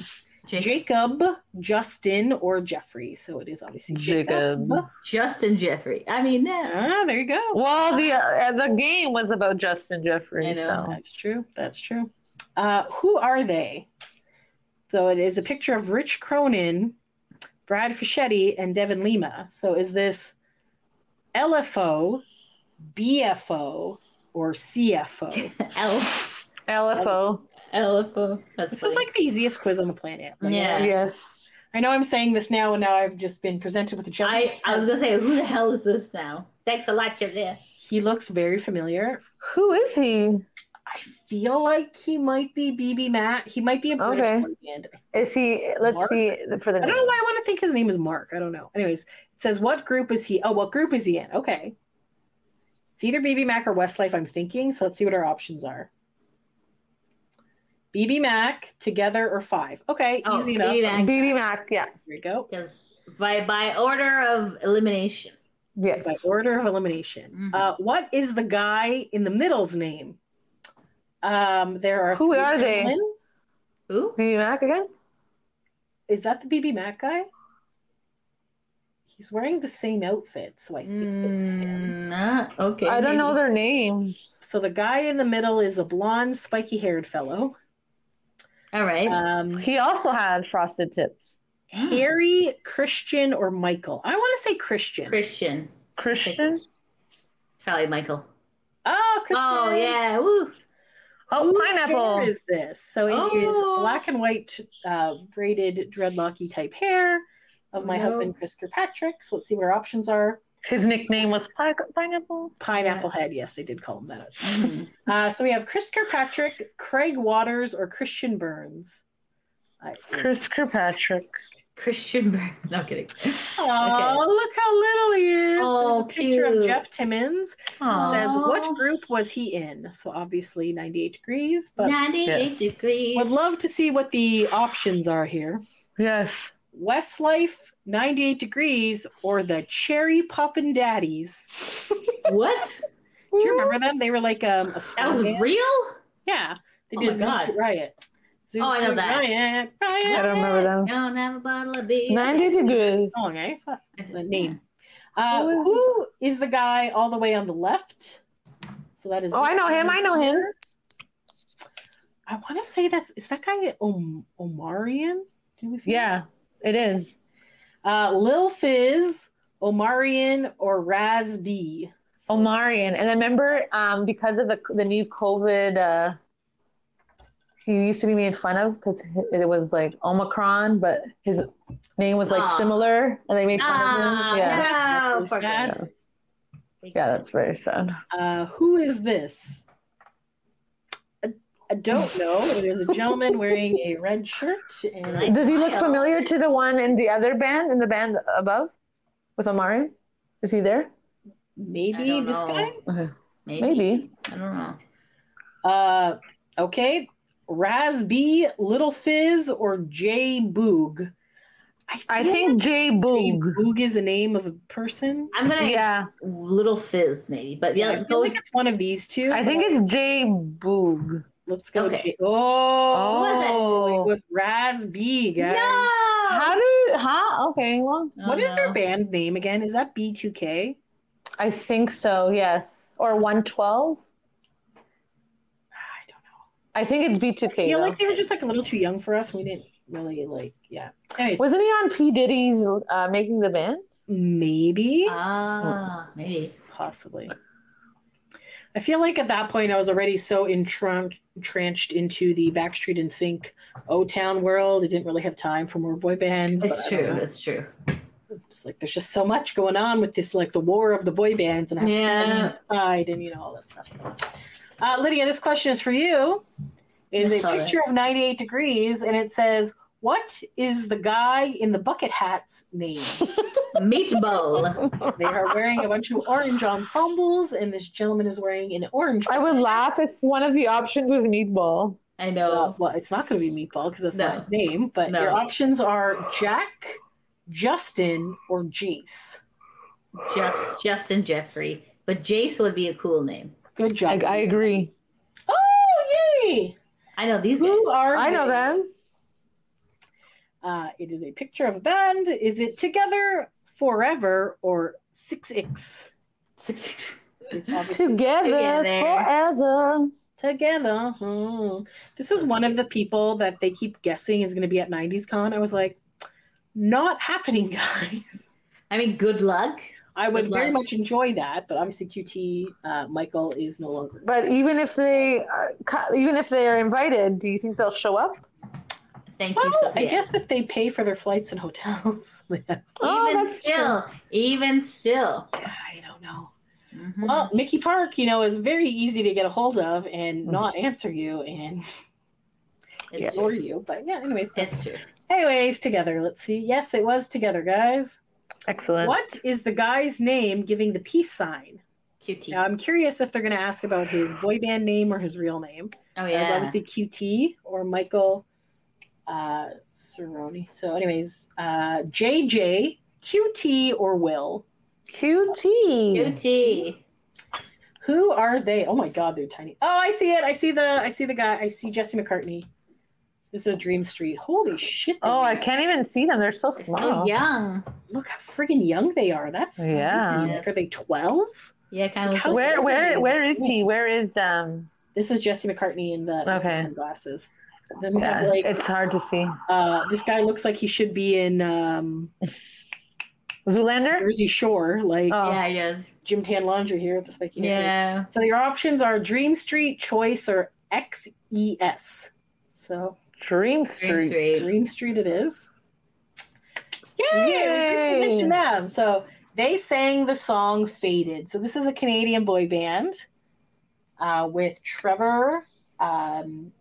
J: Jacob.
K: Jacob, Justin, or Jeffrey. So it is obviously Jacob.
L: Jacob.
J: Justin Jeffrey. I mean, no.
K: Ah, there you go.
L: Well, the uh, the game was about Justin
J: I
L: Jeffrey,
J: know.
L: so
K: That's true. That's true. Uh, who are they? So it is a picture of Rich Cronin, Brad Fischetti, and Devin Lima. So is this LFO, BFO,
J: <laughs>
K: or CFO?
J: L.
L: LFO.
J: LFO. That's
K: This
J: funny.
K: is like the easiest quiz on the planet. Like,
J: Yeah.
L: Yes.
K: I know I'm saying this now, and now I've just been presented with a job.
J: I, I was gonna say, who the hell is this now? Thanks a lot, Jazia.
K: he looks very familiar.
L: Who is he?
K: I feel like he might be BB Matt. He might be a British
L: Okay.
K: boyband.
L: Is he? Let's
K: Mark?
L: see for the.
K: I don't know why I want to think his name is Mark. I don't know. Anyways, it says what group is he? Oh, what group is he in? Okay. It's either BB Mac or Westlife, I'm thinking. So let's see what our options are. BB Mac, together or five. Okay,
J: Oh,
K: easy enough.
J: BB
K: Here
J: Mac.
L: BB Mac. Yeah.
K: we go.
J: Because by by order of elimination,
L: Yes.
K: By order of elimination.
J: Mhm.
K: Uh, what is the guy in the middle's name? Um, there are
L: Who
K: three
L: are they?
K: gentlemen.
J: who?
L: BB Mac again.
K: Is that the BB Mac guy? He's wearing the same outfit, so I think it's him.
J: Mm, ah, okay.
L: I don't know
J: maybe.
L: their names.
K: So the guy in the middle is a blonde, spiky-haired fellow.
J: All right.
K: Um,
L: He also had frosted tips.
K: Harry, Christian, or Michael? I want to say Christian.
J: Christian.
L: Christian?
J: It's probably Michael.
K: Oh, Christian.
J: Oh yeah. Woo.
L: Oh,
K: Whose hair
L: pineapple.
K: is this? So it is
J: Oh.
K: black and white uh, braided dreadlocky type hair of my
J: No.
K: husband Chris Kirkpatrick. So let's see what our options are.
L: His nickname was pi- pineapple.
K: Pineapple head. Yes, they did call him that.
J: Mhm.
K: Uh, so we have Chris Kirkpatrick, Craig Waters, or Christian Burns. I-
L: Chris Kirkpatrick.
J: Christian Burns. <laughs> No kidding.
K: Oh, look how little he is.
J: Oh,
K: There's a picture of
J: cute.
K: Jeff Timmons. It Says,
J: Oh.
K: what group was he in? So obviously 98 degrees, but
J: Ninety-eight degrees.
K: would love to see what the options are here.
L: Yes.
K: Westlife, 98 Degrees, or the Cherry Poppin' Daddies.
J: What?
K: Do you remember them? They were like um, a
J: That was
K: ska band.
J: real.
K: Yeah, they
J: Oh
K: did
J: my
K: Zoot
J: God.
K: Suit Riot. Zoot
J: Oh, I know
K: Suit
J: that.
K: Riot,
L: I
K: Riot.
L: don't remember them.
J: Don't have a bottle of beer.
L: 90 degrees.
K: Song, eh? Fuck
J: Ninety.
K: The name. Uh,
L: Who is-
K: who is the guy all the way on the left? So that is.
L: Oh, I know him. I know him.
K: I want to say that's is that guy Om- Omarian? Do we figure-
L: Yeah, it is.
K: Uh, Lil Fizz, Omarian, or Raz B. So-
L: Omarion. And I remember um, because of the, the new COVID, uh, he used to be made fun of because it was like Omicron, but his name was like
J: Ah.
L: similar and they made fun
J: Ah,
L: of him. Yeah.
J: no, fuck
K: Sad.
J: that.
L: Yeah, that's very sad.
K: Uh, who is this? I, I don't know. It is a gentleman wearing a red shirt. And
L: Does he look
J: Kyle.
L: familiar to the one in the other band, in the band above with Omarion? Is he there?
J: I
K: maybe
J: don't
K: this guy?
J: know.
L: Okay.
J: Maybe.
L: Maybe.
J: I don't know.
K: Uh, okay. Raz B, Little Fizz, or J Boog?
L: I
K: feel
L: think Jay
K: like J
L: Boog.
K: Boog is the name of a person.
J: I'm gonna
L: Yeah,
J: little fizz maybe, but yeah,
K: I
J: let's go
K: feel like
J: with
K: it's one of these two.
L: I think it's Jay Boog.
K: Let's go.
J: Okay.
K: J- oh, it
L: Oh,
K: was Raz B, guys.
J: no. Oh,
L: how do? Huh? Okay, well,
K: What is their
J: no.
K: band name again? Is that B2K?
L: I think so. Yes, or one twelve.
K: I don't
L: I think it's B two
K: I
L: K.
K: feel like they were just like a little too young for us. We didn't really like, yeah. Anyways,
L: Wasn't he on P Diddy's uh, making the band?
K: maybe,
J: Ah, maybe.
K: possibly. I feel like at that point I was already so entran- entrenched into the Backstreet and Sync O Town world. I didn't really have time for more boy bands. but
J: It's
K: I don't
J: true.
K: know.
J: It's true.
K: It's like there's just so much going on with this, like the war of the boy bands and I have to
J: Yeah.
K: on the side and you know all that stuff. So, uh, Lydia, this question is for you. It is
J: Yes,
K: a
J: all right.
K: picture of 98 degrees, and it says, "What is the guy in the bucket hat's name?"
J: Meatball.
K: they are wearing a bunch of orange ensembles, and this gentleman is wearing an orange.
L: I would laugh if one of the options was meatball.
J: I
K: Well,
J: know.
K: Uh, well, it's not going to be meatball because that's
J: No.
K: not his name. But
J: No.
K: your options are Jack, Justin, or Jace.
J: Just Justin Jeffrey. But Jace would be a cool name.
K: Good
L: I,
K: job.
L: I agree.
K: oh, yay!
J: I know these guys.
K: Who are
L: I know
K: they?
L: them.
K: Uh, it is a picture of a band. Is it Together Forever or Six X? It's obviously
L: Together,
J: Together.
L: forever.
K: Together. hmm. This is one of the people that they keep guessing is going to be at 90s Con. I was like, not happening, <laughs> guys.
J: <laughs> I mean, good luck.
K: I would
J: Good
K: very
J: luck.
K: much enjoy that, but obviously QT uh, Michael is no longer.
L: But even if they are, cu- even if they are invited, do you think they'll show up?
J: Thank
K: Well,
J: you, Sophia.
K: I guess if they pay for their flights and hotels, <laughs> yes.
L: Oh,
J: Even
L: that's
J: still, even still.
K: I don't know.
J: Mhm.
K: Well, Mickey Park, you know, is very easy to get a hold of
J: Mm-hmm.
K: and not answer you and
J: it's,
K: ignore
J: true.
K: you. But yeah, anyways,
J: it's true.
K: Anyways, together. Let's see. Yes, it was together, guys.
L: Excellent.
K: What is the guy's name giving the peace sign?
J: QT.
K: Now, I'm curious if they're going to ask about his boy band name or his real name.
J: oh
K: That is
J: yeah.
K: obviously QT or Michael uh, Cerrone. So, anyways, uh, JJ, QT, or Will.
L: QT.
J: QT.
K: Who are they? Oh my God, they're tiny. Oh, I see it. I see the. I see the guy. I see Jesse McCartney. This is Dream Street. Holy shit!
L: Oh, I can't even see them. They're so small.
J: So young.
K: look how friggin' young they are. That's
L: Yeah.
K: like, are they twelve?
J: Yeah, kind of.
K: How-
J: looks like-
L: Where where where is he? Where is um?
K: This is Jesse McCartney in the with the
L: Okay.
K: sunglasses. Then we have
L: Yeah,
K: like
L: it's hard to see.
K: uh, this guy looks like he should be in um,
L: Zoolander.
K: Jersey Shore, like
L: Oh.
J: Yeah, he does.
K: Jim Tan Laundry here at the spiky hair is.
J: Yeah.
K: So your options are Dream Street, Choice, or XES. So
L: Dream
J: Dream
L: Street.
J: Street.
K: Dream Street it is. Yay! We
L: Yay!
K: mentioned them. So they sang the song Faded. So this is a Canadian boy band uh, with Trevor, um,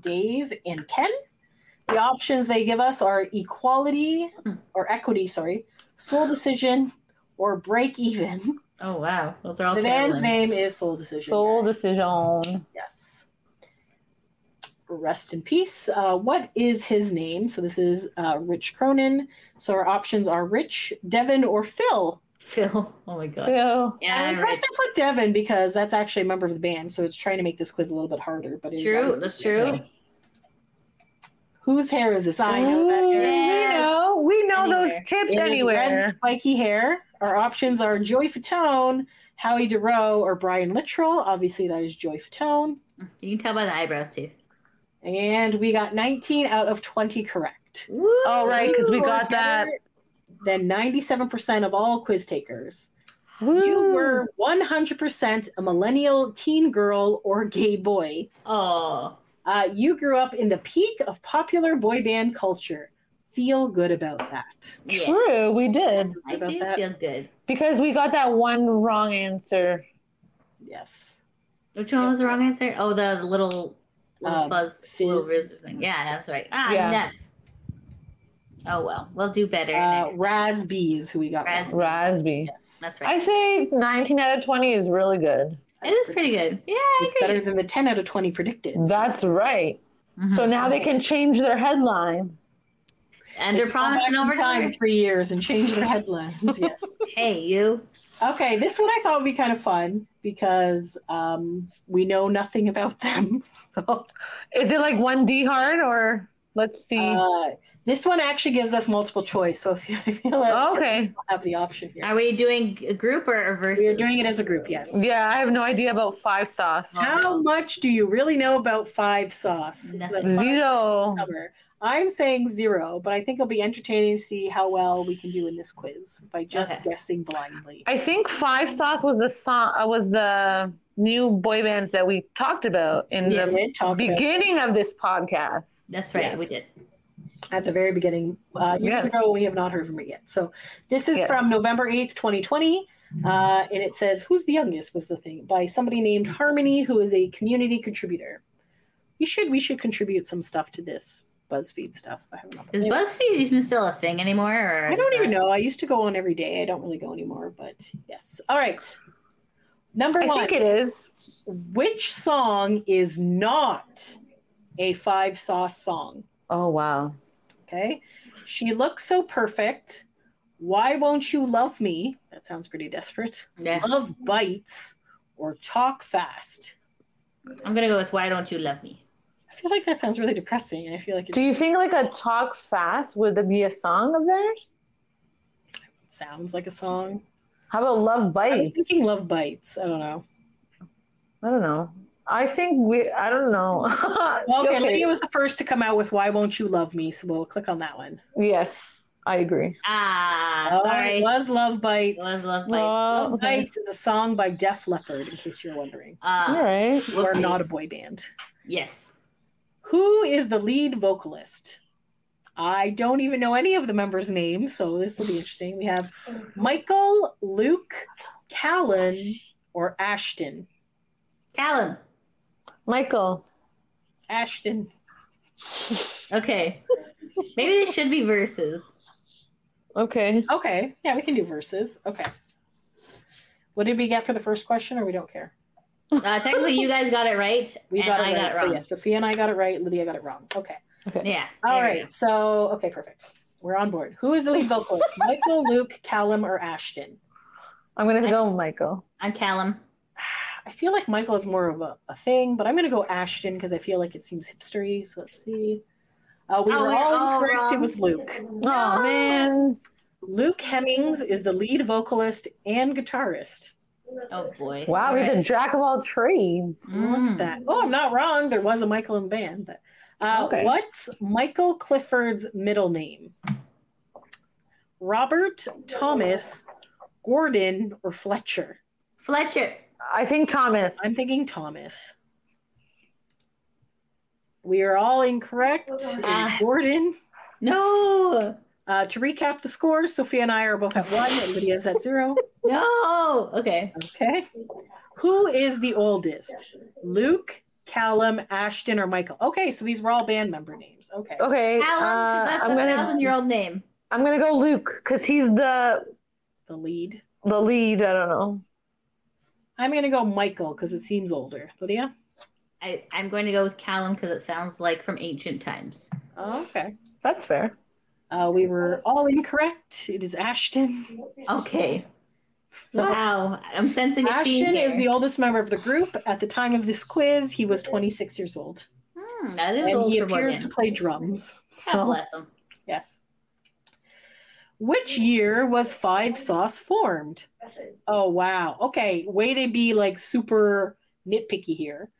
K: Dave, and Ken. The options they give us are equality or equity, sorry, soul decision, or break even.
J: Oh wow, those are all.
K: The band's
J: terrible.
K: name is Soul Decision.
L: Soul Decision.
K: Yes. Rest in peace. Uh, what is his name? So this is uh, Rich Cronin. So our options are Rich, Devin, or Phil.
J: <laughs> Phil. Oh my god.
L: Ew.
J: Yeah,
K: I'm impressed I put Devin because that's actually a member of the band. So it's trying to make this quiz a little bit harder. But it is
J: True,
K: obviously
J: that's true.
K: Devin. Whose hair is this? I know that
L: Ooh,
K: hair.
J: hair.
L: We know. We know
K: Anywhere.
L: those tips
K: It is
L: anywhere.
K: red spiky hair. Our options are Joey Fatone, Howie DeRoe, or Brian Littrell. Obviously, that is Joey Fatone.
J: You can tell by the eyebrows too.
K: And we got 19 out of 20 correct.
L: Oh, right, 'cause we
K: You
L: got
K: are
L: that.
K: better Than 97% of all quiz takers. You
L: Woo.
K: were 100% a millennial teen girl or gay boy.
J: Oh,
K: Uh, you grew up in the peak of popular boy band culture. Feel good about that.
J: yeah.
L: True, we did
J: I
K: About
J: do
K: that.
J: feel good.
L: because we got that one wrong answer.
K: Yes.
J: Which one was the wrong answer? Oh, the little little
K: Um,
J: fuzz little
K: fizz.
J: riz thing. Yeah, that's right. Ah,
L: Yeah.
J: nuts. Oh well, we'll do better.
K: Uh,
J: next.
K: Raz B is who we got.
J: Raz-
K: wrong.
L: Rasby.
K: Yes.
J: That's
L: I
J: right.
L: say 19 out of 20 is really good.
J: It is pretty good. Yeah, I
K: It's
J: agree.
K: better than the 10 out of 20 predicted.
L: That's right.
J: Mhm.
L: So now they can change their headline.
J: under promise and over
K: time
J: time.
K: three years and change <laughs> their headlines. Yes.
J: <laughs> Hey, you.
K: Okay, this one I thought would be kind of fun because um, we know nothing about <laughs> them. So
L: Is it like one D hard or let's see?
K: uh, this one actually gives us multiple choice. So if you <laughs> I feel like
L: Oh, okay.
K: we'll have the option here,
J: Are we doing a group or a verse?
K: we are doing it as a group. Yes.
L: Yeah, I have no idea about five sauce.
K: How much do you really know about Five Sauce? So that's
J: Nothing.
K: five
L: Zero.
K: summer. I'm saying zero, but I think it'll be entertaining to see how well we can do in this quiz by just
J: Okay.
K: guessing blindly.
L: I think five sauce was the song. Uh, was the new boy bands that we talked about in
J: Yeah,
L: the
K: did talk about-
L: beginning of this podcast.
J: That's right. We
K: Yes.
J: did.
K: at the very beginning uh, years
L: Yes.
K: ago. We have not heard from her yet. So this is
L: Yeah.
K: from November 8th, 2020. Uh, and it says, Who's the Youngest was the thing by somebody named Harmony, who is a community contributor. We should we should contribute some stuff to this BuzzFeed stuff. I haven't.
J: Is BuzzFeed even still a thing anymore? Or
K: I don't even know. I used to go on every day. I don't really go anymore, but yes. All right. Number
L: I
K: one.
L: think it is.
K: Which song is not a five sauce song?
L: Oh wow.
K: Okay. She looks so perfect. Why won't you love me? That sounds pretty desperate.
J: Yeah.
K: Love bites or talk fast.
J: I'm gonna go with "Why Don't You Love Me."
K: I feel like that sounds really depressing, and I feel like it
L: Do you think like a talk fast would there be a song of theirs?
K: sounds like a song.
L: How about love
K: I was
L: bites?
K: thinking love bites. I don't know.
L: I don't know. I think we. I don't know. <laughs>
K: Okay, Lydia was the first to come out with "Why won't you love me?" So we'll click on that one.
L: Yes, I agree.
J: Ah,
K: Oh,
J: sorry.
K: it was "Love Bites."
J: It was Love Bites.
L: Oh,
K: Love
L: okay.
K: Bites is a song by Def Leppard, in case you're wondering.
J: Ah,
L: All right.
K: we are
J: whoopsies.
K: not a boy band.
J: Yes.
K: Who is the lead vocalist? I don't even know any of the members' names, so this will be interesting. We have Michael, Luke, Callan, or Ashton.
J: Callum.
L: Michael.
K: Ashton.
J: Okay. Maybe they should be verses.
L: Okay.
K: Okay, yeah, we can do verses. Okay. What did we get for the first question, or we don't care?
J: Uh, technically, you guys got it right,
K: <laughs> We
J: and
K: got it
J: I
K: right.
J: got it
K: so
J: wrong.
K: yeah, Sophia and I got it right. Lydia got it wrong. Okay.
J: Yeah.
K: All
J: there we
K: right. So okay, perfect. We're on board. Who is the lead vocalist? Michael, Luke, Callum, or Ashton?
L: I'm gonna go Michael.
J: go. I'm Callum.
K: I feel like Michael is more of a, a thing, but I'm going to go Ashton because I feel like it seems hipstery. So let's see. Uh, we
J: Oh,
K: were
J: we're
K: all
J: all
K: incorrect. It
J: wrong.
K: was Luke.
L: Oh man.
K: Luke Hemmings is the lead vocalist and guitarist.
J: Oh boy.
L: Wow, he's a jack of all trades.
K: Look at
J: Mm.
K: that. Oh, I'm not wrong. There was a Michael in the band. But, uh,
L: Okay.
K: What's Michael Clifford's middle name? Robert, Thomas, Gordon, or Fletcher?
J: Fletcher.
L: I think Thomas.
K: I'm thinking Thomas. We are all incorrect. It is
J: Ah.
K: Gordon.
J: No.
K: Uh, to recap the score, Sophia and I are both at one, and Lydia's at zero.
J: No. Okay.
K: Okay. Who is the oldest? Luke, Callum, Ashton, or Michael? Okay, so these were all band member names. Okay.
J: Oh.
L: Okay, uh,
J: Alan, 'cause that's
L: I'm
J: a
L: gonna
J: thousand year old name.
L: I'm gonna go Luke because he's the
K: The lead.
L: the lead. I don't know.
K: I'm going to go Michael because it seems older. Lydia?
J: I, I'm going to go with Callum because it sounds like from ancient times.
K: Oh, okay.
L: That's fair.
K: Uh, we were all incorrect. It is Ashton.
J: Okay.
K: So
J: Wow. I'm sensing a theme
K: Ashton is
J: here.
K: the oldest member of the group. At the time of this quiz, he was 26 years old.
J: Hmm, that is
K: and
J: old
K: he
J: for
K: appears to
J: Morgan.
K: play drums.
J: God
K: So,
J: bless him.
K: yes. Which year was Five Sauce formed? Oh, wow. Okay. Way to be like super nitpicky here.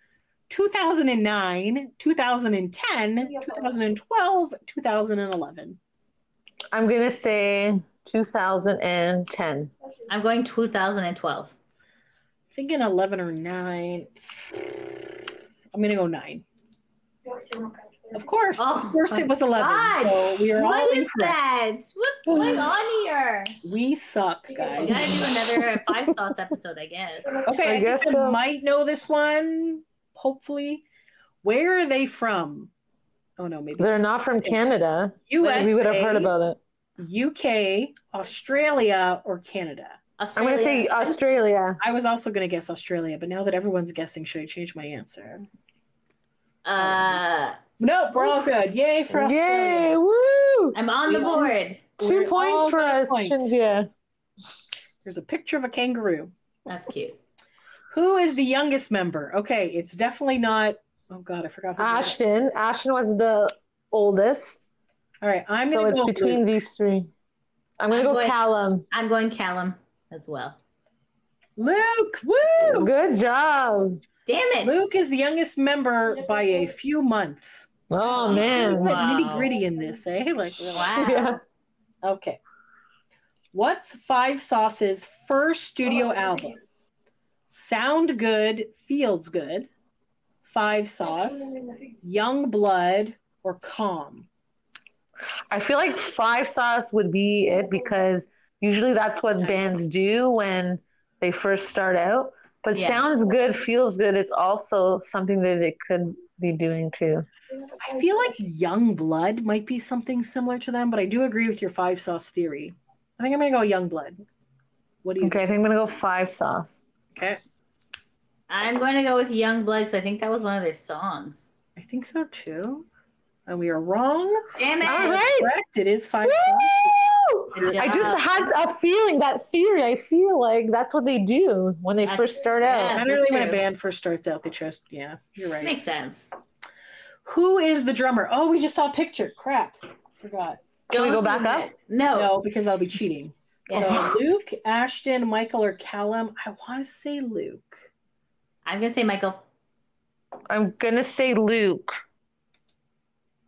K: 2009, 2010, 2012, 2011.
L: I'm gonna say 2010.
J: I'm going 2012.
K: Thinking 11 or 9. I'm going to go 9. Of course.
J: Oh,
K: of course
J: my
K: it was 11.
J: God.
K: So we are all
J: What is
K: incorrect.
J: that? What's going on here?
K: We suck,
J: We
K: guys.
J: gotta do another five sauce episode, I guess.
K: Okay,
L: I
K: I,
L: guess um,
K: think I
L: so.
K: might know this one. Hopefully, where are they from? Oh no, maybe
L: They're not from Canada.
K: U.S.
L: We would have heard about it.
K: UK, Australia, or Canada.
L: I'm gonna say uh, Australia.
K: I was also gonna guess Australia, but now that everyone's guessing, should I change my answer?
J: Uh,
K: Nope, we're all good. Yay for
L: Yay!
K: Australia!
L: Woo!
J: I'm on the board.
L: Two
K: We're
L: points
K: all
L: for
K: good
L: us,
K: points.
L: Chinzia.
K: There's a picture of a kangaroo.
J: That's cute.
K: Who is the youngest member? Okay, it's definitely not. Oh God, I forgot. who-
L: Ashton. Ashton was the oldest,
K: All right, I'm
L: so
K: gonna
L: it's
K: go
L: between
K: Luke.
L: these three. I'm gonna
J: I'm
L: go
J: going-
L: Callum.
J: I'm going Callum as well.
K: Luke. Woo!
L: Good job.
J: Damn it!
K: Luke is the youngest member by a few months.
L: Oh man.
K: <laughs>
J: Wow.
K: nitty gritty in this, eh? <laughs> Like, really.
J: Wow.
L: Yeah.
K: okay. What's Five Sauce's first studio album? Sound Good, Feels Good, Five Sauce, Young Blood, or Calm?
L: I feel like five sauce would be it because usually that's what bands do when they first start out. But
J: Yeah.
L: sounds good, feels good is also something that they could be doing too.
K: I feel like Young Blood might be something similar to them, but I do agree with your Five Sauce theory. I think I'm going to go Young Blood. What do you
L: Okay, I think I'm gonna go five sauce.
K: think? Okay.
J: I'm going to go with Young Blood 'cause I think that was one of their songs.
K: I think so too. And we are wrong.
J: Damn it!
L: All right.
K: Correct. It is Five Sauce.
L: Woo!
J: Good
L: I just
J: job.
L: had a feeling that theory. I feel like that's what they do when they
J: That's-
L: first start out.
J: yeah.
K: Generally,
J: that's
K: when a
J: true.
K: band first starts out, they chose. Yeah, you're right.
J: Makes sense.
K: Who is the drummer? Oh, we just saw a picture. Crap, forgot.
L: Can we go
J: Don't
L: back
J: do
L: up?
J: that. No.
K: No, because I'll be cheating.
J: <laughs>
K: So Luke, Ashton, Michael, or Callum. I want to say Luke.
J: I'm gonna say Michael.
L: I'm gonna say Luke.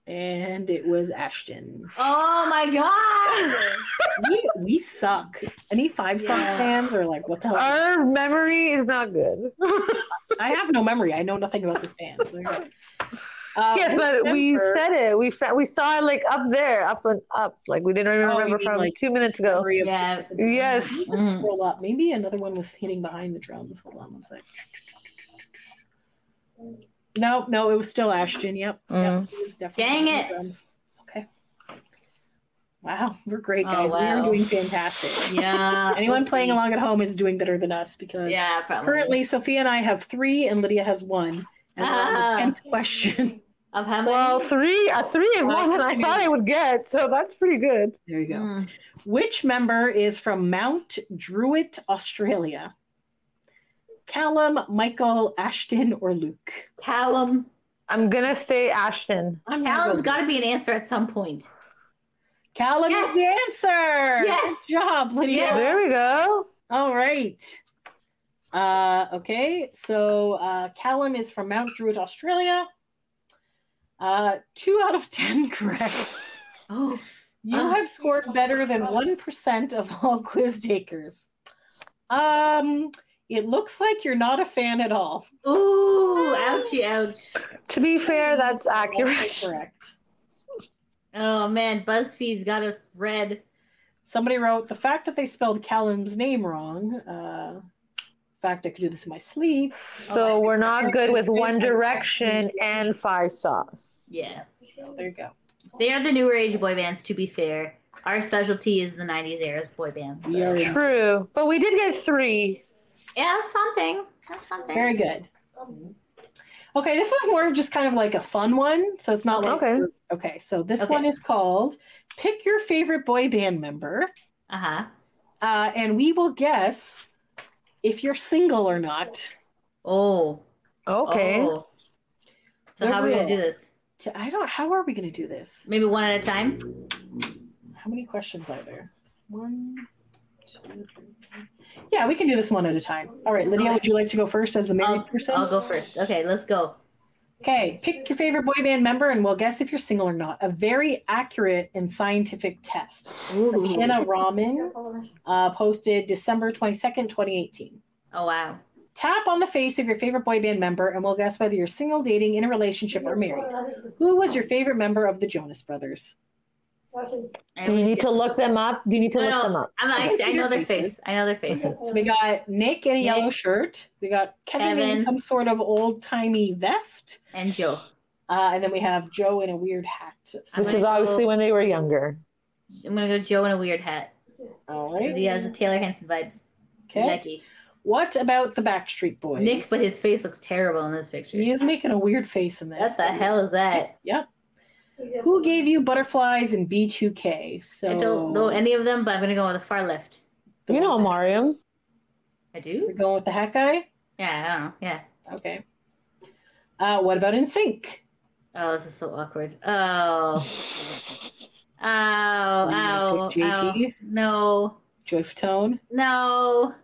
K: And it was Ashton.
J: Oh my
L: <laughs>
J: god!
K: We, we suck. Any Five Sauce
J: Yeah.
K: fans are like, what the hell?
L: Our memory is not good. <laughs>
K: Uh, I have no memory. I know nothing about this band. So you're right. Uh,
L: yes,
K: who
L: but we
K: remember-
L: said it. We fa- we saw it like up there, up and up. Like we didn't even
K: Oh, you
L: remember
K: mean,
L: from
K: like,
L: two minutes ago.
K: memory of
J: Yeah.
K: just-
L: Yes.
K: Let me just scroll up. Maybe another one was hitting behind the drums. Hold on one sec. No, no, it was still Ashton. Yep.
L: Mm.
K: yep it was definitely
J: Dang
K: behind the
J: it.
K: drums. Okay. Wow, we're great,
J: Oh,
K: guys. We
J: wow.
K: are doing fantastic.
J: Yeah.
K: Anyone
J: oopsie.
K: playing along at home is doing better than us because
J: Yeah, probably.
K: currently Sophia and I have three and Lydia has one. And we're on
J: Ah.
K: the tenth question.
J: Of
K: Mm-hmm.
J: how many?
L: Well, three, a three is more than I thought I would get, so that's pretty good.
K: There you go.
J: Mm.
K: Which member is from Mount Druitt, Australia? Callum, Michael, Ashton, or Luke?
J: Callum.
L: I'm gonna say Ashton.
K: I'm gonna
J: Callum's
K: go
J: got to be an answer at some point.
K: Callum is the answer.
J: Yes.
K: Good job, Lydia.
J: Yes.
L: There we go.
K: All right. Uh, okay, so uh, Callum is from Mount Druitt, Australia. Uh, two out of ten <laughs> correct.
J: Oh,
K: You
J: Ah.
K: have scored better than one percent of all <laughs> quiz takers. Um, it looks like you're not a fan at all.
J: ooh, ouchie, ouch.
L: To be fair, that's accurate. <laughs>
K: Correct.
J: Oh man, BuzzFeed's got us red.
K: Somebody wrote the fact that they spelled Callum's name wrong. Uh, fact I could do this in my sleep.
L: So we're not good with One Direction and Five Sauce.
J: Yes,
K: So there you go.
J: they are the newer age boy bands. To be fair, our specialty is the '90s era's boy bands.
K: We are
L: True, but we did get three.
J: Yeah, that's something. That's something.
K: Very good. Okay, this one's more of just kind of like a fun one. So it's not like
L: Okay.
K: okay, so this
J: Okay.
K: one is called Pick Your Favorite Boy Band Member,
J: Uh huh.
K: uh, and we will guess if you're single or not.
J: Oh.
L: Okay.
J: oh. So
K: The
J: how are we gonna do this?
K: To, I don't how are we gonna do this?
J: Maybe one at a time.
K: How many questions are there? One, two, three. four. Yeah, we can do this one at a time. All right, Lydia,
J: Okay.
K: would you like to go first as the married
J: I'll,
K: person?
J: I'll go first. Okay, let's go.
K: Okay, pick your favorite boy band member and we'll guess if you're single or not. A very accurate and scientific test.
J: Ooh.
K: Hannah Rahman uh, posted December 22nd, 2018.
J: Oh wow.
K: Tap on the face of your favorite boy band member and we'll guess whether you're single, dating, in a relationship, or married. Who was your favorite member of the Jonas Brothers?
J: I
L: Do you
J: always
L: need
J: get-
L: to look them up? Do you need to
J: No,
L: look
J: no,
L: them up?
J: I'm, I,
K: I see
J: I know
K: your
J: their
K: faces.
J: face. I know their faces.
K: So we got Nick in a
J: Nick.
K: yellow shirt. We got Kevin, in
J: Kevin.
K: some sort of old timey vest.
J: And Joe.
K: Uh, and then we have Joe in a weird hat. So,
J: I'm
L: This is
J: gonna
L: obviously
J: go-
L: when they were younger.
J: I'm gonna go Joe in a weird hat.
K: all
J: 'cause
K: right.
J: He has the Taylor Hanson vibes.
K: okay.
J: Lucky.
K: What about the Backstreet Boys?
J: Nick, but his face looks terrible in this picture.
K: He is making a weird face in
J: What
K: this.
J: the hell is that?
K: Yep. Who gave you butterflies in B2K? So
J: I don't know any of them, but I'm gonna go with the far left.
K: The
L: You know
K: one-
L: Amarium.
J: I
K: We're
J: do?
K: going with the hat guy.
J: Yeah, I don't know. Yeah.
K: Okay. Uh, what about in sync?
J: Oh, this is so awkward. Oh. ow, ow,
K: pick JT?
J: ow. No.
K: Joyf Tone,
J: No.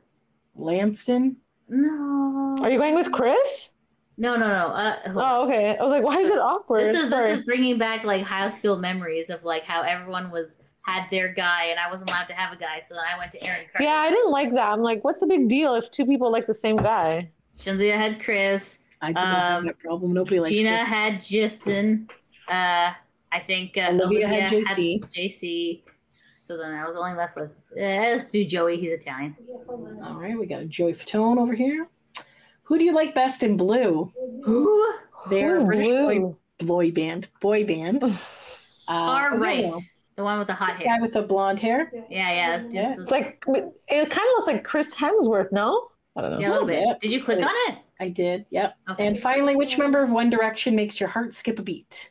K: Lanston.
J: No.
L: Are you going with Chris?
J: No, no, no. Uh, hold on.
L: Oh, okay. I was like, why is it awkward?
J: this is
L: Sorry.
J: this is bringing back like high school memories of like how everyone was had their guy and I wasn't allowed to have a guy, so then I went to Aaron Carter.
L: Yeah, I didn't like that. I'm like, what's the big deal if two people like the same guy?
J: Shinzia had Chris.
K: I did not have
J: Um,
K: that problem. Nobody liked
J: Gina
K: Joyf-
J: had Justin. Uh, I think uh,
K: Olivia had JC.
J: JC. So then I was only left with uh, let's do Joey. He's Italian.
K: All right, we got a Joyf Tone over here. Who do you like best in blue? Uh,
J: Who?
K: They're a
L: Who's
K: British boy,
L: blue?
K: boy band. Boy band. Uh, I
J: Far
K: don't
J: right,
K: know.
J: the one with the hot
K: This guy
J: hair.
K: with the blonde hair.
J: Yeah, yeah. that's-
K: Yeah.
J: that's-
L: <sighs> It's like it kind of looks like Chris Hemsworth. No,
J: <laughs>
L: I don't know.
J: yeah, a little bit.
K: Yeah.
J: Did you click on it?
K: I did. Yep.
J: Okay.
K: And finally, which member of One Direction makes your heart skip a beat?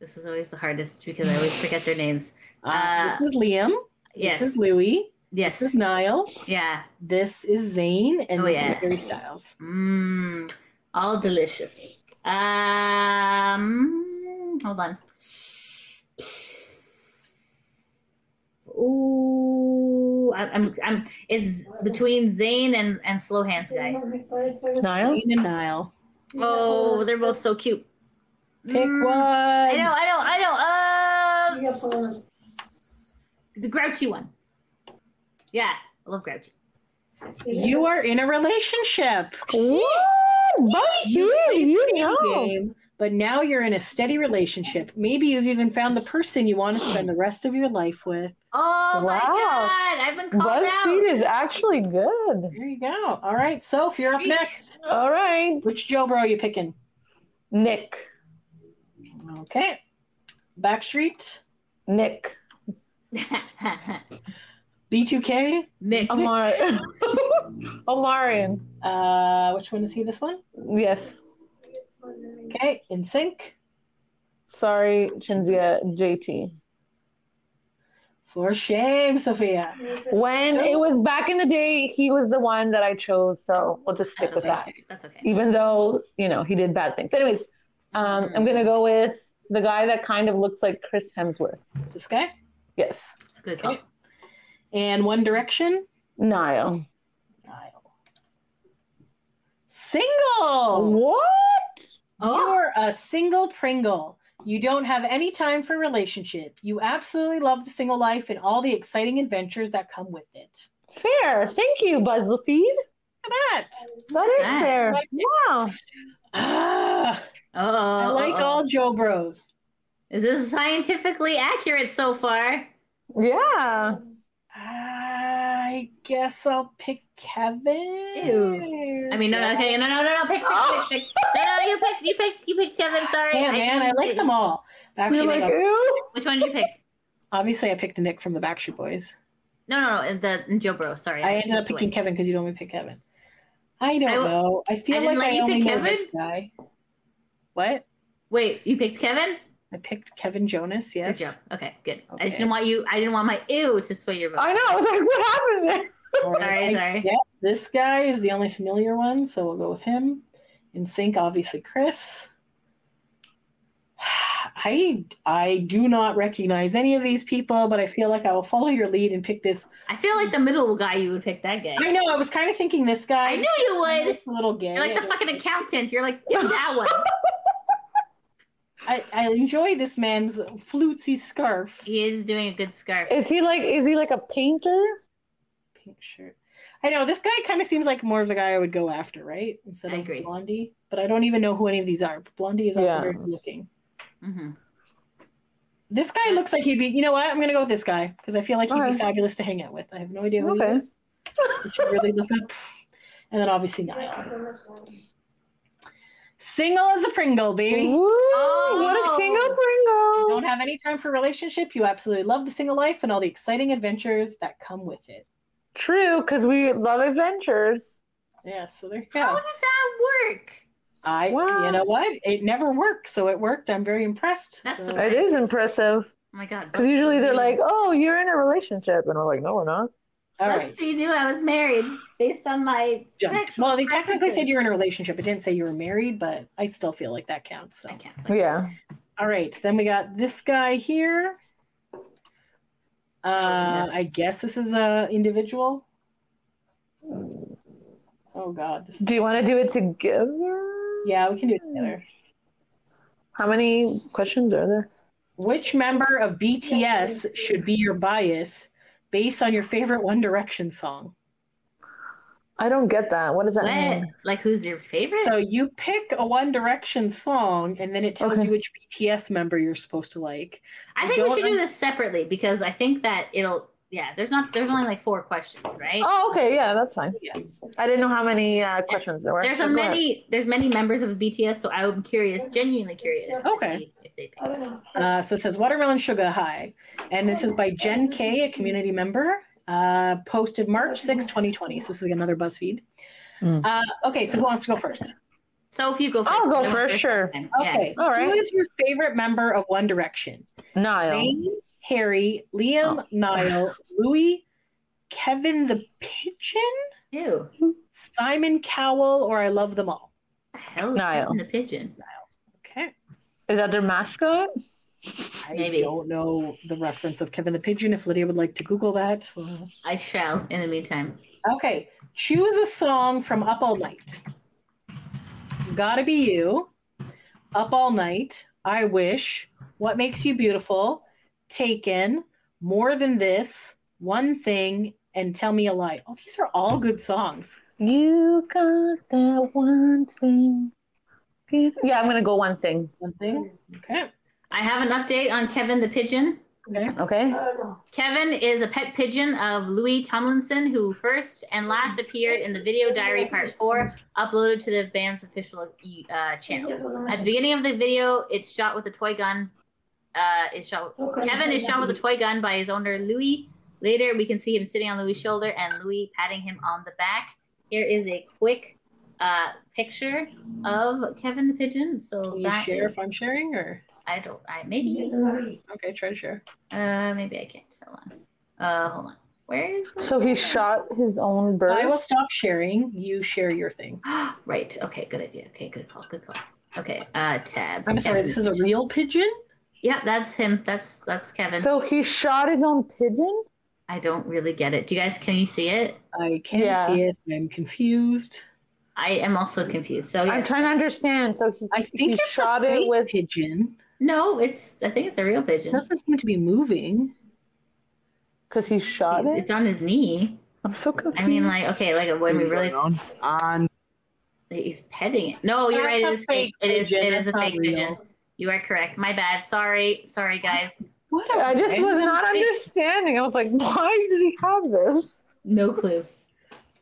J: this is always the hardest because I always forget their names.
K: Uh,
J: Uh,
K: this is Liam.
J: Yes.
K: This is Louie.
J: yes.
K: This is Niall.
J: yeah.
K: This is Zayn. And
J: Oh,
K: this is
J: yeah.
K: Harry Styles.
J: Mmm, all delicious. Um, hold on. Ooh, I, I'm, I'm. It's between Zayn and and Slow Hands guy.
L: Niall.
K: Zayn and Niall.
J: Oh, they're both so cute.
K: Pick
J: Mm,
K: one.
J: I know, I know, I know. Uh, the grouchy one. Yeah, I love grouchy.
K: You are in a relationship.
L: What? Buffy, you know.
K: Game, but now you're in a steady relationship. Maybe you've even found the person you want to spend the rest of your life with.
J: Oh my
L: Wow.
J: god, I've been called out.
L: BuzzFeed is actually good.
K: There you go. All right, Soph, you're up
J: Sheesh.
K: next.
L: All right,
K: Which Joe bro are you picking?
L: Nick,
K: Okay. Backstreet,
L: Nick,
K: B2K.
J: <laughs> Nick.
L: Omar, <laughs> Omarion.
K: Uh, which one is he? This one?
L: Yes,
K: Okay. In sync.
L: sorry, Chinzia, JT.
K: For shame, Sophia.
L: When it was back in the day, he was the one that I chose, so we'll just stick
J: That's
L: with that.
J: okay. That's okay.
L: Even though you know he did bad things. Anyways, um, I'm gonna go with the guy that kind of looks like Chris Hemsworth.
K: This guy?
L: Yes.
J: Good call.
K: And One Direction?
L: Niall.
K: Nile. Single!
L: What?
J: Oh,
K: You're a single Pringle. You don't have any time for relationship. You absolutely love the single life and all the exciting adventures that come with it.
L: Fair. Thank you, BuzzFeed.
K: Look at that.
L: That is
J: Nice.
L: fair.
K: Like-
L: Wow.
K: Ah,
J: oh, oh,
K: I like
J: oh.
K: all Joe Bros.
J: Is this scientifically accurate so far?
L: Yeah.
K: I guess I'll pick Kevin.
J: Ew. I mean, no, no, okay, no, no, no, no, pick, pick,
L: Oh.
J: pick, pick. No, no, you picked, you picked, you picked Kevin. Sorry.
K: Yeah, man, I like them all. Actually,
L: You're like,
K: like,
L: ew.
J: Which one did you pick?
K: obviously, I picked Nick from the Backstreet Boys.
J: No, no, no, the in Joe Bro. Sorry,
K: I ended up picking Kevin because you don't want me to pick Kevin. I don't
J: I w-
K: know. I feel
J: I didn't
K: like
J: let
K: I
J: you
K: only
J: pick
K: know
J: Kevin?
K: this guy. What?
J: Wait, you picked Kevin?
K: I picked Kevin Jonas. Yes.
J: Good job. Okay, good. I
K: Okay.
J: just didn't want you. I didn't want my ew to sway your vote.
L: I know. I was like, what happened there?
K: All
J: Sorry,
K: I-
J: sorry.
K: yeah, this guy is the only familiar one, so we'll go with him. In sync, obviously, Chris. <sighs> I I do not recognize any of these people, but I feel like I will follow your lead and pick this.
J: I feel like the middle guy you would pick that guy.
K: I know I was kind of thinking this guy.
J: I knew you would.
K: A little gay.
J: You're like the fucking accountant. You're like, give me that
K: <laughs>
J: one.
K: I, I enjoy this man's flutesy scarf.
J: He is doing a good scarf.
L: Is he like? Is he like a painter?
K: pink shirt. I know this guy kind of seems like more of the guy I would go after, right? Instead
J: I
K: of
J: agree.
K: Blondie, but I don't even know who any of these are. But Blondie is also
L: Yeah.
K: very good looking.
J: hmm
K: This guy looks like he'd be. You know what? I'm gonna go with this guy because I feel like he'd be
L: Okay.
K: fabulous to hang out with. I have no idea who
L: Okay.
K: he is. We should really look up. And then obviously Niall. Single as a Pringle, baby.
L: Woo,
J: Oh.
L: what a single
K: You
L: Pringle!
K: don't have any time for relationship. You absolutely love the single life and all the exciting adventures that come with it.
L: True, because we love adventures.
K: Yeah, so there you go.
J: How did that work?
K: I
L: Wow.
K: you know what? It never worked, so it worked. I'm very impressed.
J: That's
K: so,
J: the
L: It is impressive
J: Oh my god.
L: because usually they're like, "Oh, you're in a relationship," and we're like, "No, we're not."
K: all
J: Plus,
K: right.
J: you knew I was married based on my
K: Done.
J: sexual
K: Well, they technically said
J: preferences.
K: you were in a relationship. It didn't say you were married, but I still feel like that counts. So
J: I can't. say.
L: Yeah,
K: all right. Then we got this guy here. Uh I guess this is a individual. Oh god, this is
L: do you want to do it together?
K: yeah, we can do it together.
L: How many questions are there?
K: Which member of BTS should be your bias based on your favorite One Direction song?
L: I don't get that. What does that
J: What?
L: mean?
J: Like, who's your favorite?
K: Mm. So you pick a One Direction song, and then it tells
L: Okay.
K: you which BTS member you're supposed to like.
J: I
K: I
J: think we
K: don't
J: should do
K: un-
J: this separately because I think that it'll. Yeah, there's not. There's only like four questions, right?
L: Oh, okay, yeah, that's fine.
K: Yes.
L: I didn't know how many uh, questions there were.
J: There's a
L: That's all right.
J: many. There's many members of BTS, so I'm curious, genuinely curious, to
K: Okay.
J: see if they pick.
K: Uh, so it says Watermelon Sugar High, and this is by Jen K, a community member, uh, posted March 6, 2020. So this is another BuzzFeed.
L: Mm.
K: Uh, okay, so who wants to go first?
J: So if you go first,
L: I'll go
J: I went
L: first, sure.
J: last time. Yeah.
K: Okay,
L: All right.
K: who is your favorite member of One Direction?
L: Niall.
K: Zayn, Harry, Liam, Niall, Louis, Kevin the Pigeon,
J: Ew.
K: Simon Cowell, or I love them all.
J: The hell is
L: Niall.
J: Kevin the pigeon?
K: Okay.
L: Is that their mascot?
K: I
J: Maybe.
K: don't know the reference of Kevin the Pigeon. If Lydia would like to Google that.
J: I shall. In the meantime,
K: Okay. Choose a song from Up All Night. Gotta Be You, Up All Night, I Wish, What Makes You Beautiful, Taken, More Than This, One Thing, and Tell Me a Lie. Oh, these are all good songs.
L: You got that one thing. Yeah, I'm gonna go one thing.
K: One thing. Okay.
J: I have an update on Kevin the pigeon.
K: Okay.
L: Okay.
J: Kevin is a pet pigeon of Louis Tomlinson, who first and last appeared in the video diary part four, uploaded to the band's official uh, channel. At the beginning of the video, it's shot with a toy gun. Uh, it's shot. Kevin is shot with a toy gun by his owner Louis. Later, we can see him sitting on Louis' shoulder and Louis patting him on the back. Here is a quick uh, picture of Kevin the pigeon. So
K: Can you
J: that
K: share if I'm sharing or?
J: I don't. I maybe.
K: Okay, try to share.
J: Uh, maybe I can't. Hold on. Uh, hold on. Where is? <gasps>
L: So he shot his own
K: I will
L: bird.
K: stop sharing. You share your thing.
J: right. Okay. Good idea. Okay. Good call. Good call. Okay. Uh, tab.
K: I'm sorry, this is a real pigeon?
J: Yep, that's him. That's that's Kevin.
L: So he shot his own pigeon?
J: I don't really get it. Do you guys can you see it?
K: I can't
L: Yeah.
K: see it. I'm confused.
J: I am also confused. So
L: I'm
J: yeah.
L: trying to understand. So he,
K: I think
L: he
K: it's
L: shot
K: a
L: it
K: fake
L: with.
K: pigeon.
J: no, it's I think it's a real
K: It
J: pigeon.
K: doesn't seem to be moving.
L: Because he shot
J: It's
L: it?
J: on his knee.
L: I'm so confused.
J: I
K: Hmm.
J: mean, like okay, like when we really
I: on. on
J: he's petting it. No, you're
K: That's
J: right. It
K: a
J: is fake.
K: fake
J: It is
K: pigeon.
J: it is a
K: That's not
J: fake pigeon.
K: real.
J: You are correct. My bad. Sorry, sorry
K: <laughs>
J: guys.
K: What? a
L: I just was
K: random
L: not
K: thing.
L: understanding. I was like, why did he have this?
J: No clue.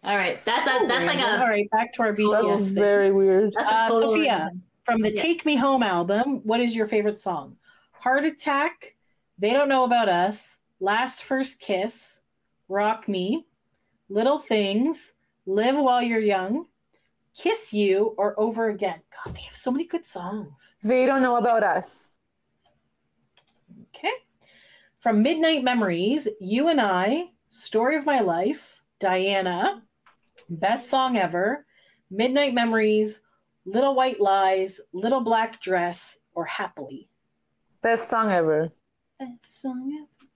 J: All right, that's a,
K: So
J: that's like
K: random. All
J: a
K: right, back to our
L: That
K: BTS
L: was
K: thing.
L: very weird.
J: that's a
K: Uh,
J: total
K: Sophia.
J: random.
K: From the
J: Yes.
K: Take Me Home album, what is your favorite song? Heart Attack, They Don't Know About Us, Last First Kiss, Rock Me, Little Things, Live While You're Young, Kiss You, or Over Again. God, they have so many good songs.
L: They don't know about us.
K: Okay. From Midnight Memories, You and I, Story of My Life, Diana, Best Song Ever, Midnight Memories, Little White Lies, Little Black Dress, or Happily.
L: Best song ever.
K: Best song ever.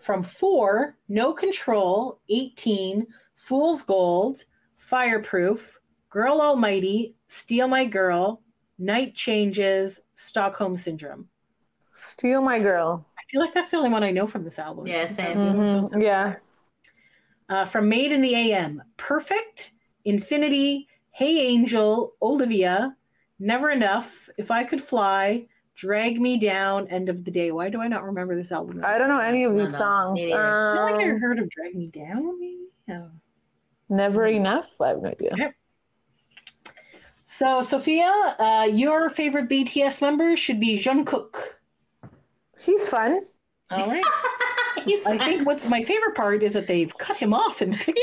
K: From four, No Control, 18, Fool's Gold, Fireproof, Girl Almighty, Steal My Girl, Night Changes, Stockholm Syndrome.
L: Steal my girl.
K: I feel like that's the only one I know from this album.
J: Yeah,
K: It's
J: same.
K: not- it's
L: Mhm,
K: not-
L: Yeah.
K: Uh, from Made in the AM, Perfect, Infinity, Hey Angel, Olivia, Never Enough, If I Could Fly, Drag Me Down, End of the Day. Why do I not remember this album?
L: I don't know any of these
J: No, no,
L: songs.
J: me neither.
K: I feel like I
L: Um,
K: heard of Drag Me Down, maybe? Oh.
L: never enough. I have no idea.
K: So, Sophia, uh, your favorite BTS member should be Jungkook.
L: He's fun.
K: All right.
J: <laughs> He's
K: I think
J: fine.
K: what's my favorite part is that they've cut him off in
J: <laughs>
K: the picture.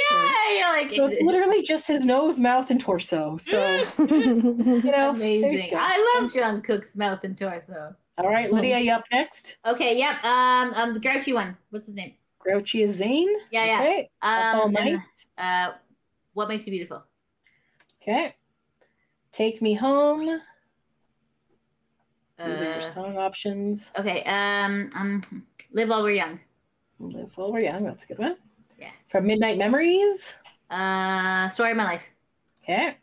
J: yeah, you're like
K: So it's literally just his nose, mouth, and torso.
J: <laughs>
K: So, you know, there you
J: amazing.
K: go.
J: I love John Cook's mouth and torso.
K: All right, Lydia, you up next?
J: Okay, yep. Um, um, the grouchy one. What's his name?
K: Grouchy is Zane.
J: Yeah, Oh, yeah.
K: Okay. Up all
J: Um,
K: night.
J: and, uh, what makes you beautiful?
K: Okay. Take me home. These are your
J: Uh,
K: song options.
J: okay. Um, um, live while we're young.
K: Live while we're young. That's a good one.
J: Yeah.
K: From Midnight Memories.
J: Uh, story of my life.
K: Okay.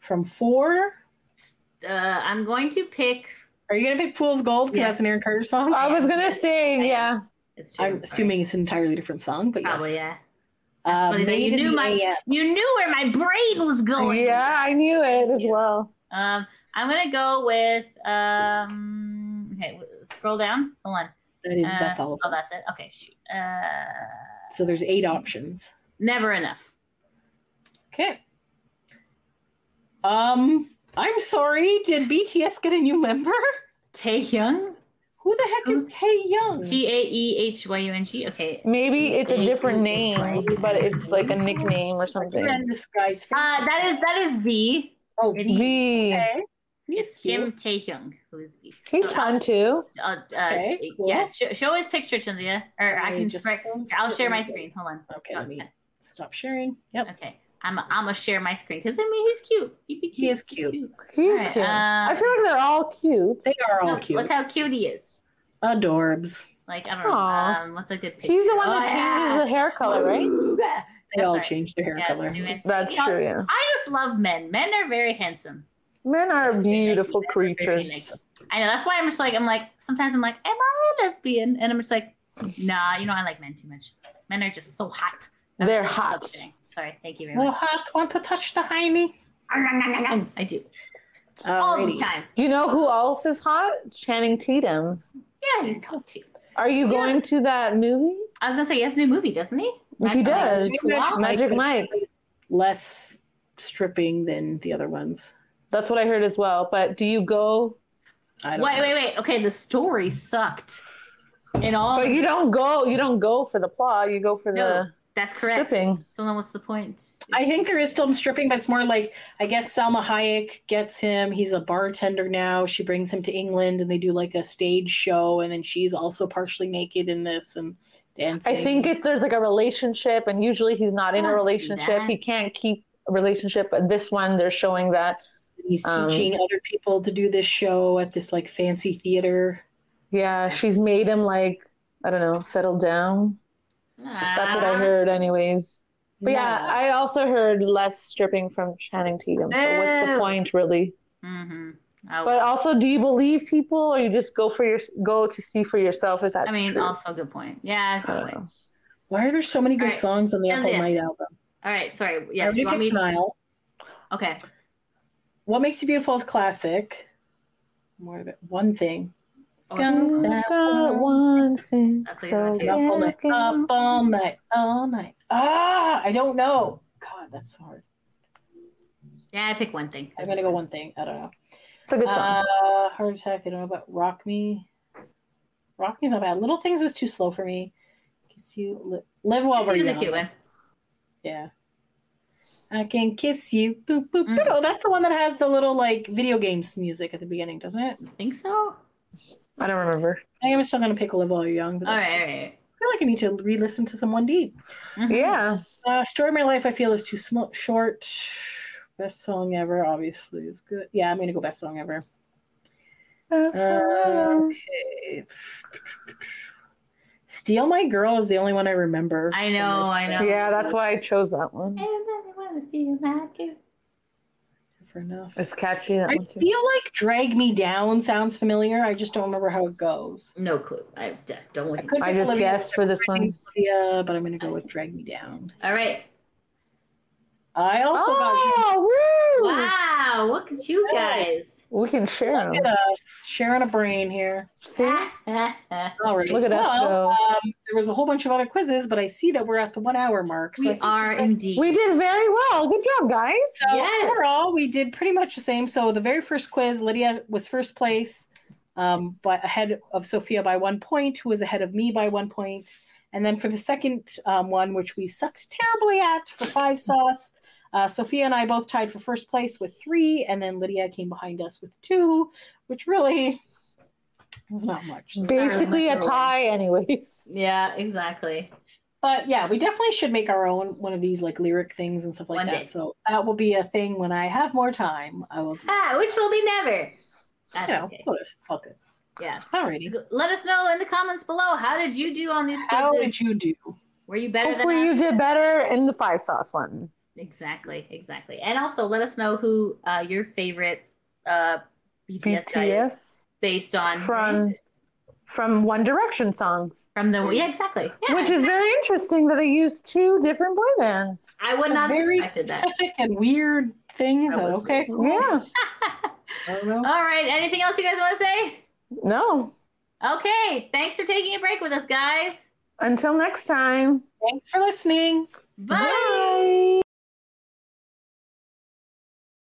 K: From Four.
J: Uh, I'm going to pick.
K: Are you gonna pick Fool's Gold? Because
J: Yeah.
K: that's an Aaron Carter song.
L: I was gonna
J: I am.
L: say, yeah.
J: It's true,
K: I'm
J: sorry.
K: assuming it's an entirely different song, but
J: Probably
K: yes.
J: yeah.
K: Uh,
J: funny that
K: Made
J: you
K: in
J: knew
K: the
J: my-
K: AM.
J: You knew where my brain was going.
L: Yeah, I knew it as well.
J: Um, I'm gonna go with um. Okay, w- scroll down. Hold on.
K: That is.
J: Uh,
K: that's all. Of
J: Oh,
K: them.
J: that's it. Okay. Shoot. Uh,
K: So there's eight options.
J: never enough.
K: Okay. Um, I'm sorry. Did BTS get a new member?
J: Taehyung.
K: Who the heck is Tae Young?
J: T A E H Y U N G. Okay. Uh,
L: Maybe it's a different name, but it's like a nickname or something.
K: Man, this guy's face.
J: Uh, that is that is V.
K: oh,
L: V.
K: okay. He's
J: It's
K: cute.
J: Kim Taehyung who is V.
L: He's
J: So,
L: fun too.
J: Uh, uh,
K: Okay, cool.
J: Yeah. Show, show his picture, Cynthia, or I
K: Let me
J: can.
K: just-
J: share- I'll share my screen. Hold on.
K: Okay, let me stop sharing. Yep,
J: Okay. I'm I'm gonna share my screen because I mean he's cute. He'd be cute.
K: he is cute.
L: He's
J: Alright,
L: cute.
J: um,
L: I feel like they're all cute.
K: They are all
J: Look,
K: cute.
J: look how cute he is.
K: Adorbs.
J: Like I don't know.
L: Aw.
J: Um, what's a good picture?
L: He's the one that changes the
J: <laughs>
L: hair color, right?
J: right?
K: They
J: That's
K: all
J: right.
K: change their hair
J: Yeah,
K: color.
J: anyway.
L: That's
J: Yeah.
L: true. Yeah.
J: I just love men. Men are very handsome.
L: Men are beautiful
K: Very
L: creatures.
K: nice.
J: I know. That's why I'm just like, I'm like, sometimes I'm like, am I a lesbian? And I'm just like, nah, you know, I like men too much. Men are just so hot.
L: They're
J: Stop
L: hot.
J: kidding. Sorry. Thank you very
K: So
J: much.
K: hot, want to touch the hiney?
J: I do. All the
K: Alrighty.
J: time.
L: You know who else is hot? Channing Tatum.
J: Yeah, he's hot too.
L: Are you
J: Yeah.
L: going to that movie?
J: I was going to say, he has a new movie, doesn't he?
L: he
J: Magic
L: does.
J: Mike. Wow.
L: Magic Mike.
K: Less stripping than the other ones.
L: That's what I heard as well. But do you go?
K: I don't
J: Wait,
K: know.
J: wait, wait. Okay, the story sucked. And all.
L: But you don't go. You don't go for the plot. You go for
J: No,
L: the
J: that's correct.
L: stripping.
J: So then what's the point?
K: I think there is still stripping, but it's more like I guess Salma Hayek gets him. He's a bartender now. She brings him to England, and they do like a stage show, and then she's also partially naked in this and dancing.
L: I think if there's like a relationship, and usually he's not in
J: I
L: a
J: see
L: relationship,
J: that.
L: he can't keep a relationship. But this one, they're showing that
K: he's
L: um,
K: teaching other people to do this show at this like fancy theater.
L: Yeah, she's made him like I don't know, settle down. That's what
J: Uh-huh.
L: I heard, anyways. But yeah, I also heard less stripping from Channing Tatum. So what's the
J: Boo.
L: point, really?
J: Mm-hmm. Oh,
L: But uh, also, do you believe people, or you just go for your go to see for yourself if that's
J: I mean,
L: true? Uh,
J: also good point. Yeah,
L: I don't
J: totally.
L: know.
K: Why are there so many good
J: Alright,
K: songs on the
J: Shazia.
K: Apple Night album?
J: All right, sorry.
K: I
J: Yeah, do
K: already
J: you want
K: picked
J: me?
K: Nile.
J: Okay.
K: What Makes You Beautiful is classic. More of it. One thing.
J: Oh,
K: Gun
J: it's-
K: that
L: Got
K: one.
L: one thing.
J: That's what
L: so
J: you're
K: Up all night.
L: yeah,
K: Up
L: can-
K: all night. All night. Ah, I don't know. God, that's hard.
J: yeah, I pick one thing.
K: I'm gonna go one thing. I don't know.
L: It's a good song.
K: Uh, heart attack. They don't know about rock me. Rock me's not bad. Little things is too slow for me. Kiss you. Li- live while
J: This
K: we're
J: is a
K: young.
J: cute one.
K: Yeah. I can kiss you. Boop, boop,
J: Mm.
K: boop. Oh, that's the one that has the little like video games music at the beginning, doesn't it?
J: I think so.
L: I don't remember.
K: I think I'm still gonna pick Live While You're Young, but
J: All
K: that's-
J: right, all right.
K: I feel like I need to re-listen to some 1D.
J: Mhm.
L: Yeah.
K: Uh, Story of My Life, I feel is too sm- short. Best song ever, obviously, is good. Yeah, I'm gonna go best song ever. Uh, okay. Steal My Girl is the only one I remember.
J: I know,
K: from this
J: I know.
K: band.
L: yeah, that's why I chose that one.
J: Everybody wanna see you like you.
K: Fair enough.
L: It's catchy. That
K: I
L: one too.
K: feel like Drag Me Down sounds familiar. I just don't remember how it goes.
J: No clue. I d- don't look.
K: I
J: At
K: could
L: I
K: be
L: just
K: Olivia-
L: guessed for this one.
K: Olivia, but I'm gonna go with Drag Me Down.
J: All right.
K: I also got
L: Oh, woo!
J: Wow, look at you guys.
L: We can share
K: look
L: them.
K: at us sharing a brain here.
L: <laughs> See?
K: All right,
L: Look at us
K: well,
L: go.
K: um, there was a whole bunch of other quizzes, but I see that we're at the one hour mark. So I
J: we
K: think
J: are indeed.
L: We did very well. Good job, guys.
K: So
J: Yes.
K: overall, we did pretty much the same. So the very first quiz, Lydia was first place, um, but ahead of Sophia by one point, who was ahead of me by one point. And then for the second um, one, which we sucked terribly at for
J: <laughs>
K: five sauce, uh, Sophia and I both tied for first place with three, and then Lydia came behind us with two, which really was not much.
J: Mm.
L: Basically a
J: much of a
L: tie, anyways.
J: yeah, exactly.
K: But yeah, we definitely should make our own one of these like lyric things and stuff like
J: One
K: that.
J: day.
K: So that will be a thing when I have more time. I will do
J: Ah, which will be never. That's
K: you know,
J: okay.
K: whatever, it's all good.
J: Yeah.
K: Alrighty.
J: Let us know in the comments below. How did you do on these quizzes?
K: How would you do?
J: Were you better
L: Hopefully,
J: than
L: you
J: us?
L: did better in the five sauce one.
J: Exactly, exactly. And also let us know who uh, your favorite uh, BTS, guy is
L: BTS
J: based on your
L: from-
J: answers.
L: from One Direction songs,
J: from the yeah exactly yeah.
L: which is very interesting that they used two different boy bands.
J: I would
K: It's a
J: not have
K: very
J: expected that. <laughs>
K: specific and weird thing,
J: That
K: but
J: was
K: okay.
J: weird.
K: cool.
L: Yeah.
K: I don't know.
J: All right. Anything else you guys want to say?
L: No.
J: Okay. Thanks for taking a break with us, guys.
L: Until next time.
K: Thanks for listening.
J: Bye.
L: Bye.